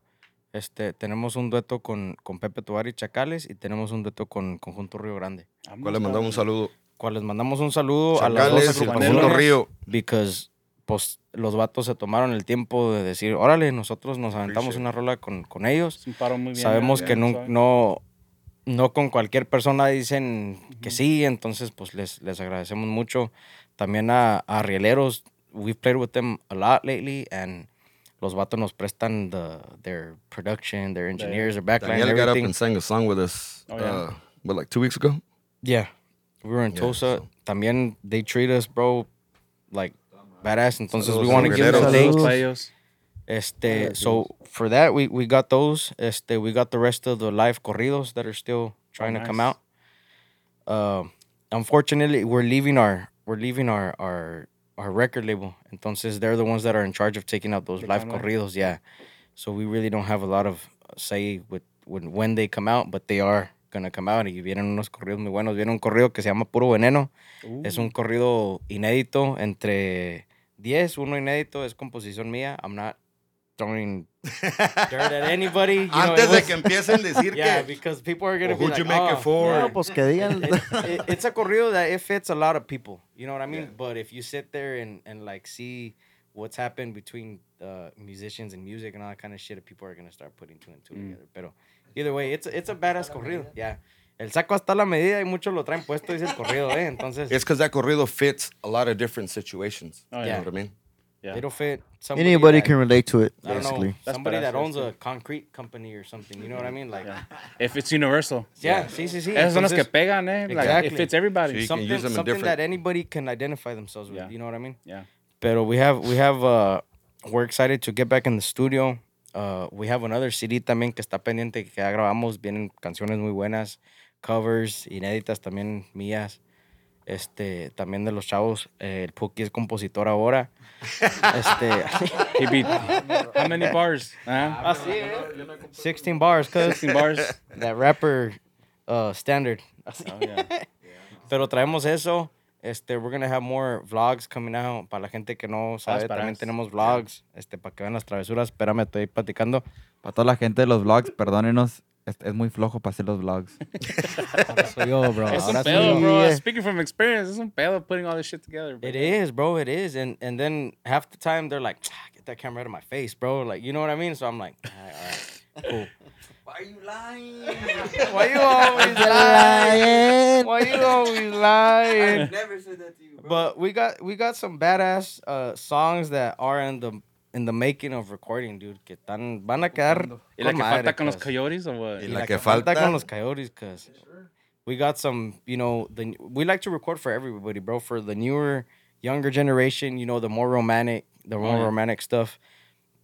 Speaker 3: este, tenemos un dueto con, con Pepe Tovar y Chacales y tenemos un dueto con Conjunto Río Grande.
Speaker 5: ¿Cuál le mandamos un saludo?
Speaker 3: Cual les mandamos un saludo a las
Speaker 5: Chacales
Speaker 3: dos
Speaker 5: y el
Speaker 2: agrupaciones.
Speaker 5: Conjunto Río.
Speaker 3: because pues, los vatos se tomaron el tiempo de decir, órale, nosotros nos aventamos una rola con, con ellos.
Speaker 2: Es un paro muy bien,
Speaker 3: Sabemos
Speaker 2: ya,
Speaker 3: que
Speaker 2: ya,
Speaker 3: nun-
Speaker 2: ¿sabes?
Speaker 3: no, no con cualquier persona dicen que sí, entonces pues les, les agradecemos mucho. También a, a Rieleros, we've played with them a lot lately and los vatos nos prestan the, their production, their engineers, their backline,
Speaker 5: Daniel got up
Speaker 3: everything.
Speaker 5: and sang a song with us.
Speaker 2: Oh, yeah.
Speaker 5: uh, what, like two weeks ago?
Speaker 3: Yeah, we were in Tulsa. También they treat us, bro, like badass. Entonces we
Speaker 5: Saludos,
Speaker 3: want to give them
Speaker 5: Rieleros.
Speaker 3: thanks.
Speaker 2: Saludos para ellos.
Speaker 3: Este, so for that we we got those. Este, we got the rest of the live corridos that are still trying to come
Speaker 2: nice.
Speaker 3: out. Um, unfortunately, we're leaving our we're leaving our our our record label. Entonces, they're the ones that are in charge of taking out those live corridos. Yeah, so we really don't have a lot of say with when when they come out, but they are gonna come out. Y vienen unos corridos muy buenos. Viene un corrido que se llama Puro Veneno. Es un corrido inédito entre 10, uno inédito, es composición mía. I'm not throwing dirt at anybody. you know, it
Speaker 5: Antes de
Speaker 3: was-
Speaker 5: que empiecen a decir
Speaker 3: Yeah,
Speaker 5: que.
Speaker 3: because people are gonna
Speaker 5: "Well,
Speaker 3: be like,
Speaker 5: Who'd you make
Speaker 3: "Oh,
Speaker 5: it for?
Speaker 7: No, pues que digan.
Speaker 3: it, it's a corrido that it fits a lot of people. You know what I mean? But if you sit there and, and like see what's happened between uh, musicians and music and all that kind of shit, people are gonna start putting two and
Speaker 5: Mm.
Speaker 3: two together. Pero either way, it's a- it's a badass corrido. Yeah. El saco hasta la medida y muchos lo traen puesto dice el corrido, eh. Entonces
Speaker 5: It's because that corrido fits a lot of different situations.
Speaker 2: Oh,
Speaker 5: You
Speaker 3: yeah.
Speaker 5: know what I mean?
Speaker 2: yeah.
Speaker 3: it'll fit somebody
Speaker 7: Anybody
Speaker 3: that-
Speaker 7: can relate to it,
Speaker 3: I don't know,
Speaker 7: basically.
Speaker 2: That's
Speaker 3: somebody
Speaker 2: badass,
Speaker 3: that
Speaker 2: that's
Speaker 3: owns a concrete company or something. You know what I mean? Like, yeah,
Speaker 2: If it's universal.
Speaker 3: sí, sí, sí.
Speaker 2: Esas son las que
Speaker 3: Entonces,
Speaker 2: pegan, eh. Like, it
Speaker 3: Exactly.
Speaker 2: fits everybody.
Speaker 5: Sí. You can
Speaker 3: something
Speaker 5: use them in
Speaker 3: something
Speaker 5: different-
Speaker 3: that anybody can identify themselves with.
Speaker 2: Yeah.
Speaker 3: You know what I mean?
Speaker 2: Yeah.
Speaker 3: Pero we have we have uh we're excited to get back in the studio. Uh we have another CD también que está pendiente que ya grabamos, vienen canciones muy buenas, covers inéditas también mías. Este, también de los chavos, eh, el Puki es compositor ahora. Este,
Speaker 2: He beat. How many bars? Huh?
Speaker 3: así, eh. 16 bars, cuz
Speaker 2: 16 bars.
Speaker 3: that rapper uh standard.
Speaker 2: Oh, yeah.
Speaker 3: Pero traemos eso. Este, we're gonna have more vlogs coming out. Para la gente que no sabe,
Speaker 2: esperas.
Speaker 3: también tenemos vlogs. Este, para que vean las travesuras. Espérame, estoy platicando.
Speaker 6: Para toda la gente de los vlogs, perdónenos. Es, es muy flojo para hacer los vlogs.
Speaker 3: Soy yo, bro.
Speaker 2: It's
Speaker 3: Ahora
Speaker 2: a
Speaker 3: sí.
Speaker 2: pedo, bro.
Speaker 7: yeah.
Speaker 2: Speaking from experience, it's a pedo putting all this shit together. Bro.
Speaker 3: It is, bro. It is. And and then half the time they're like, "Ah, get that camera out of my face, bro. Like, you know what I mean? So I'm like, all right, all right, cool. Why you lying? Why you always lying? Why you always lying? I've never said that to you. But we got we got some badass uh, songs that are in the in the making of recording, dude. Que están van a quedar
Speaker 2: Y la
Speaker 3: con
Speaker 2: que
Speaker 3: madre,
Speaker 2: falta con los
Speaker 3: cuz.
Speaker 2: coyotes or what?
Speaker 5: Y
Speaker 3: Y
Speaker 5: la
Speaker 3: la
Speaker 5: que
Speaker 3: que falta
Speaker 5: falta.
Speaker 3: con los coyotes, cause we got some, you know, the we like to record for everybody, bro. For the newer, younger generation, you know, the more romantic, the more
Speaker 2: Oh, yeah.
Speaker 3: romantic stuff.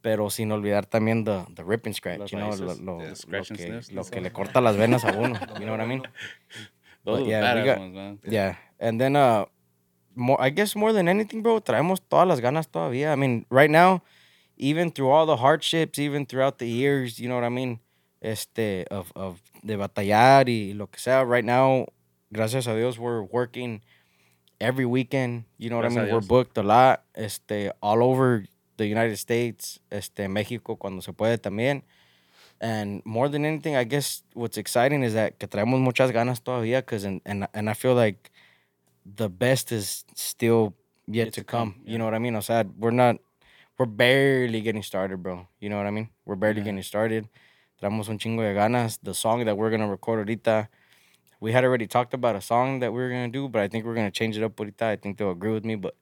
Speaker 3: Pero sin olvidar también the, the rip and scratch,
Speaker 2: Los
Speaker 3: you know, lo,
Speaker 2: raíces,
Speaker 3: lo,
Speaker 2: yeah,
Speaker 3: lo
Speaker 2: scratch and
Speaker 3: que,
Speaker 2: sniffs,
Speaker 3: lo
Speaker 2: that's
Speaker 3: que
Speaker 2: all.
Speaker 3: le corta las venas a uno, you know what I mean?
Speaker 2: Those
Speaker 3: but
Speaker 2: are the
Speaker 3: yeah, we
Speaker 2: Oh, badass
Speaker 3: got-
Speaker 2: ones, man.
Speaker 3: Yeah. And then uh more I guess more than anything, bro, traemos todas las ganas todavía. I mean, right now, even through all the hardships, even throughout the years, you know what I mean? Este of of de batallar y lo que sea. Right now, gracias a Dios, we're working every weekend. You know what
Speaker 2: Gracias
Speaker 3: I
Speaker 2: a
Speaker 3: mean? We're
Speaker 2: Dios.
Speaker 3: booked a lot. Este all over the United States, este México cuando se puede también. And more than anything, I guess what's exciting is that que traemos muchas ganas todavía, because and, and and I feel like the best is still yet to come. You know what I mean? O sea, we're not, we're barely getting started, bro. You know what I mean? We're barely getting started. Traemos un chingo de ganas. The song that we're gonna record ahorita, we had already talked about a song that we were gonna do, but I think we're gonna change it up ahorita. I think they'll agree with me, but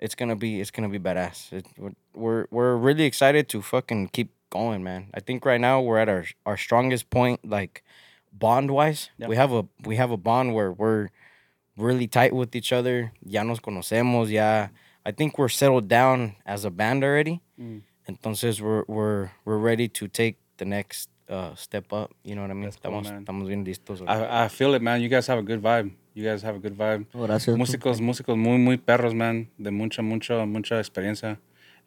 Speaker 3: it's gonna be it's gonna be badass. It, we're- we're we're really excited to fucking keep going, man. I think right now we're at our our strongest point, like bond wise.
Speaker 2: Yeah.
Speaker 3: We have a we have a bond where we're really tight with each other. Ya nos conocemos. Ya, I think we're settled down as a band already.
Speaker 2: Mm.
Speaker 3: Entonces we're we're we're ready to take the next uh, step up. You know what I mean?
Speaker 2: cool,
Speaker 3: estamos
Speaker 2: man.
Speaker 3: estamos bien listos. ahorita.
Speaker 2: I, I feel it, man. You guys have a good vibe. You guys have a good vibe.
Speaker 7: Gracias.
Speaker 2: Músicos, músicos muy, muy perros, man. De mucha, mucha, mucha experiencia.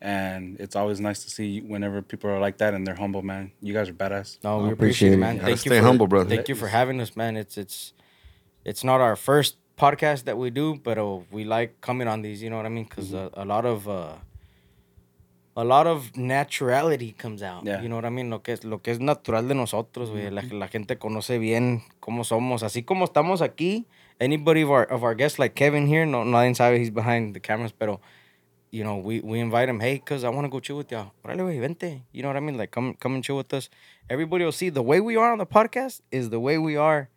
Speaker 2: And it's always nice to see whenever people are like that and they're humble, man. You guys are badass.
Speaker 3: No, we appreciate,
Speaker 7: appreciate
Speaker 3: it,
Speaker 7: it.
Speaker 3: man.
Speaker 5: Gotta
Speaker 3: Thank you
Speaker 5: stay
Speaker 3: for,
Speaker 5: humble, brother.
Speaker 3: Thank you for having us, man. It's it's it's not our first podcast that we do, but uh, we like coming on these. You know what I mean? Because a, lot of uh, a lot of naturality comes out.
Speaker 2: Yeah. Mm-hmm.
Speaker 3: You know what I mean? Lo que es lo que es natural de nosotros, güey. La, la gente conoce bien cómo somos, así como estamos aquí. Anybody of our of our guests, like Kevin here, no, nadie sabe he's behind the cameras, pero you know, we, we invite him, hey, cuz I want to go chill with y'all. Órale, güey, vente. You know what I mean? Like, come come and chill with us. Everybody will see the way we are on the podcast is the way we are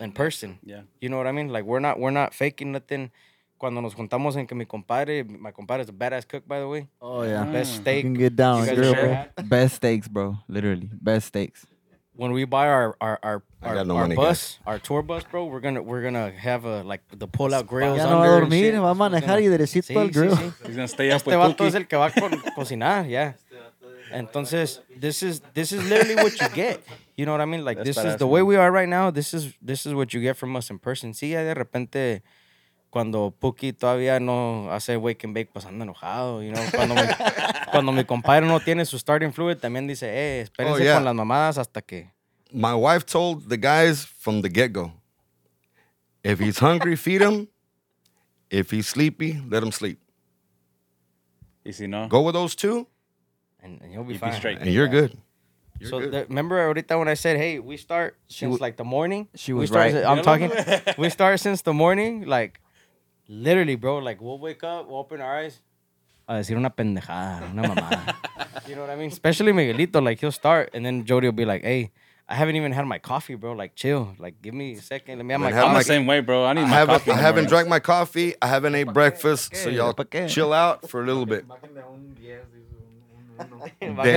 Speaker 3: in person.
Speaker 2: Yeah.
Speaker 3: You know what I mean? Like, we're not we're not faking nothing. Cuando nos juntamos en que mi compadre, my compadre is a badass cook, by the way.
Speaker 6: Oh, yeah.
Speaker 3: Best
Speaker 2: Ah.
Speaker 7: You
Speaker 3: steak.
Speaker 7: can get down,
Speaker 3: Mm. You guys
Speaker 7: girl,
Speaker 3: share
Speaker 7: bro.
Speaker 3: that?
Speaker 6: Best steaks, bro. Literally. Best steaks.
Speaker 3: when we buy our our our,
Speaker 5: I
Speaker 3: our,
Speaker 5: got no
Speaker 3: our
Speaker 5: money,
Speaker 3: bus, our tour bus, bro, we're gonna we're gonna have a like the pull out grills.
Speaker 7: Ya no va a
Speaker 3: under and
Speaker 7: dormir,
Speaker 3: shit.
Speaker 7: va a
Speaker 3: It's gonna-
Speaker 7: manejar y derecito al grill.
Speaker 2: He's going to stay up
Speaker 3: Este
Speaker 2: with
Speaker 3: vato
Speaker 2: Tuki.
Speaker 3: es el que va a co- cocinar, yeah. Entonces, this is this is literally what you get. You know what I mean? Like
Speaker 2: That's
Speaker 3: this is
Speaker 2: badass,
Speaker 3: the way
Speaker 2: man.
Speaker 3: we are right now. This is this is what you get from us in person. Sí, ya de repente cuando Puki todavía no hace wake and bake, pues anda enojado, you know. Cuando mi, cuando mi compadre no tiene su starting fluid, también dice, eh, espérense
Speaker 5: yeah.
Speaker 3: con las mamadas hasta que
Speaker 5: My wife told the guys from the get go if he's hungry, feed him. If he's sleepy, let him sleep.
Speaker 2: Y si no,
Speaker 5: Go with those two,
Speaker 3: and, and he'll be
Speaker 2: you be
Speaker 3: fine.
Speaker 2: straight.
Speaker 5: and you're good.
Speaker 3: so the- remember ahorita when I said, hey, we start since like the morning.
Speaker 6: she
Speaker 3: we
Speaker 6: was
Speaker 3: start,
Speaker 6: right.
Speaker 3: I'm talking. we start since the morning, like literally, bro. Like we'll wake up, we'll open our eyes. A decir una pendejada, una mamada. you know what I mean? Especially Miguelito, like he'll start, and then Jody will be like, "Hey, I haven't even had my coffee, bro. Like chill, like give me a second, let me have my
Speaker 5: Man, have
Speaker 2: I'm
Speaker 3: coffee."
Speaker 2: the same way, bro. I need
Speaker 5: I
Speaker 2: my
Speaker 5: haven't,
Speaker 2: coffee.
Speaker 5: I
Speaker 2: in the
Speaker 5: haven't
Speaker 2: morning.
Speaker 5: drank my coffee. I haven't ate breakfast. So y'all
Speaker 6: pa' qué?
Speaker 5: chill out for a little bit.
Speaker 3: Bájale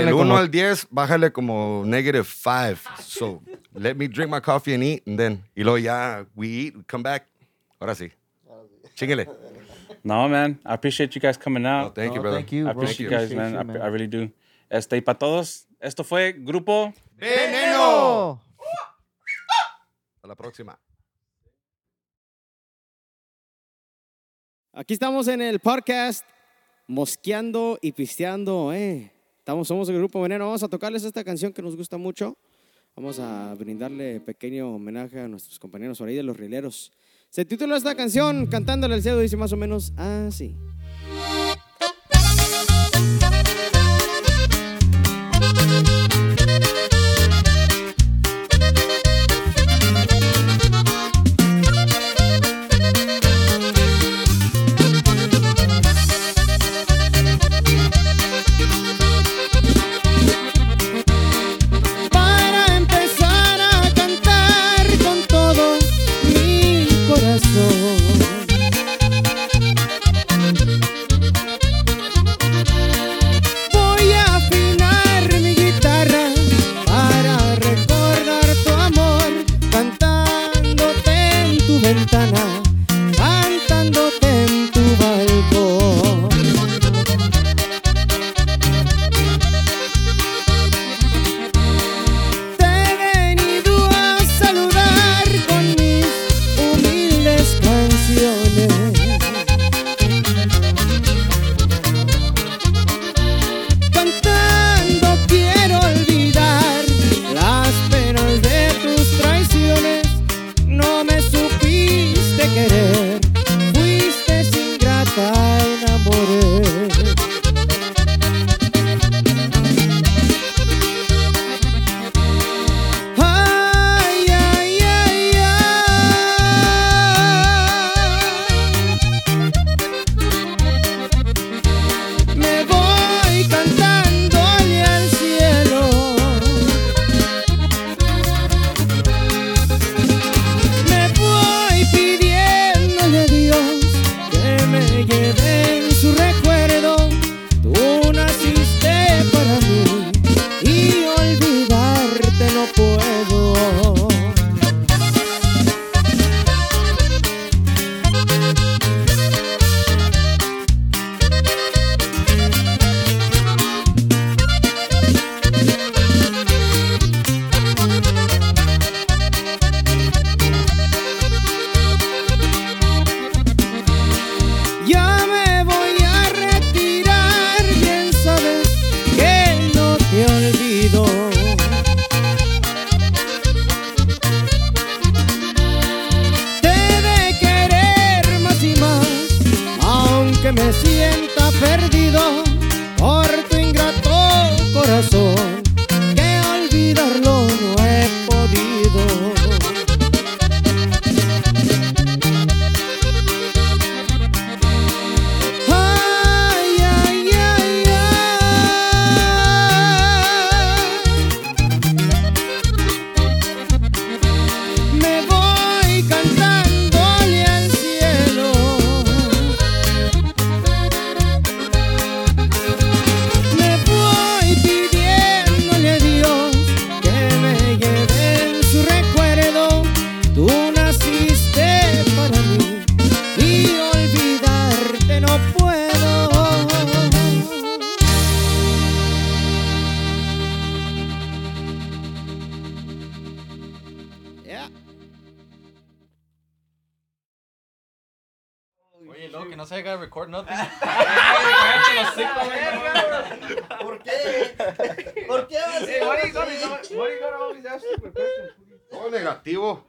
Speaker 5: Del 1
Speaker 3: como-
Speaker 5: al 10, bájale como negative 5. So let me drink my coffee and eat. And then, y luego ya, we eat, we come back. Ahora sí. Chingale.
Speaker 2: No, man. I appreciate you guys coming
Speaker 5: Oh,
Speaker 2: out.
Speaker 5: thank you,
Speaker 7: No,
Speaker 5: brother.
Speaker 7: thank you,
Speaker 2: I
Speaker 7: bro.
Speaker 2: appreciate you guys,
Speaker 7: Appreciate
Speaker 2: man.
Speaker 7: you,
Speaker 2: I,
Speaker 7: man.
Speaker 2: I really do. Este, y para todos, esto fue Grupo.
Speaker 5: Veneno. Hasta la próxima.
Speaker 4: Aquí estamos en el podcast Mosqueando y Pisteando, ¿eh? Estamos, somos el grupo Veneno. Vamos a tocarles esta canción que nos gusta mucho. Vamos a brindarle pequeño homenaje a nuestros compañeros por ahí de los rileros. Se titula esta canción, Cantándole al Cielo, dice más o menos así. para empezar a cantar con todo mi corazón.
Speaker 7: me sienta perdido por tu ingrato corazón, que olvidarlo no he podido. Ay, ay, ay, ay. Me voy cantándole al cielo. Me voy pidiéndole a Dios que me lleve en su recuerdo. Tú naciste para mí y olvidarte no puedo. Yeah.
Speaker 8: Oye, loco, que no se haga record nothing.
Speaker 5: Todo negativo.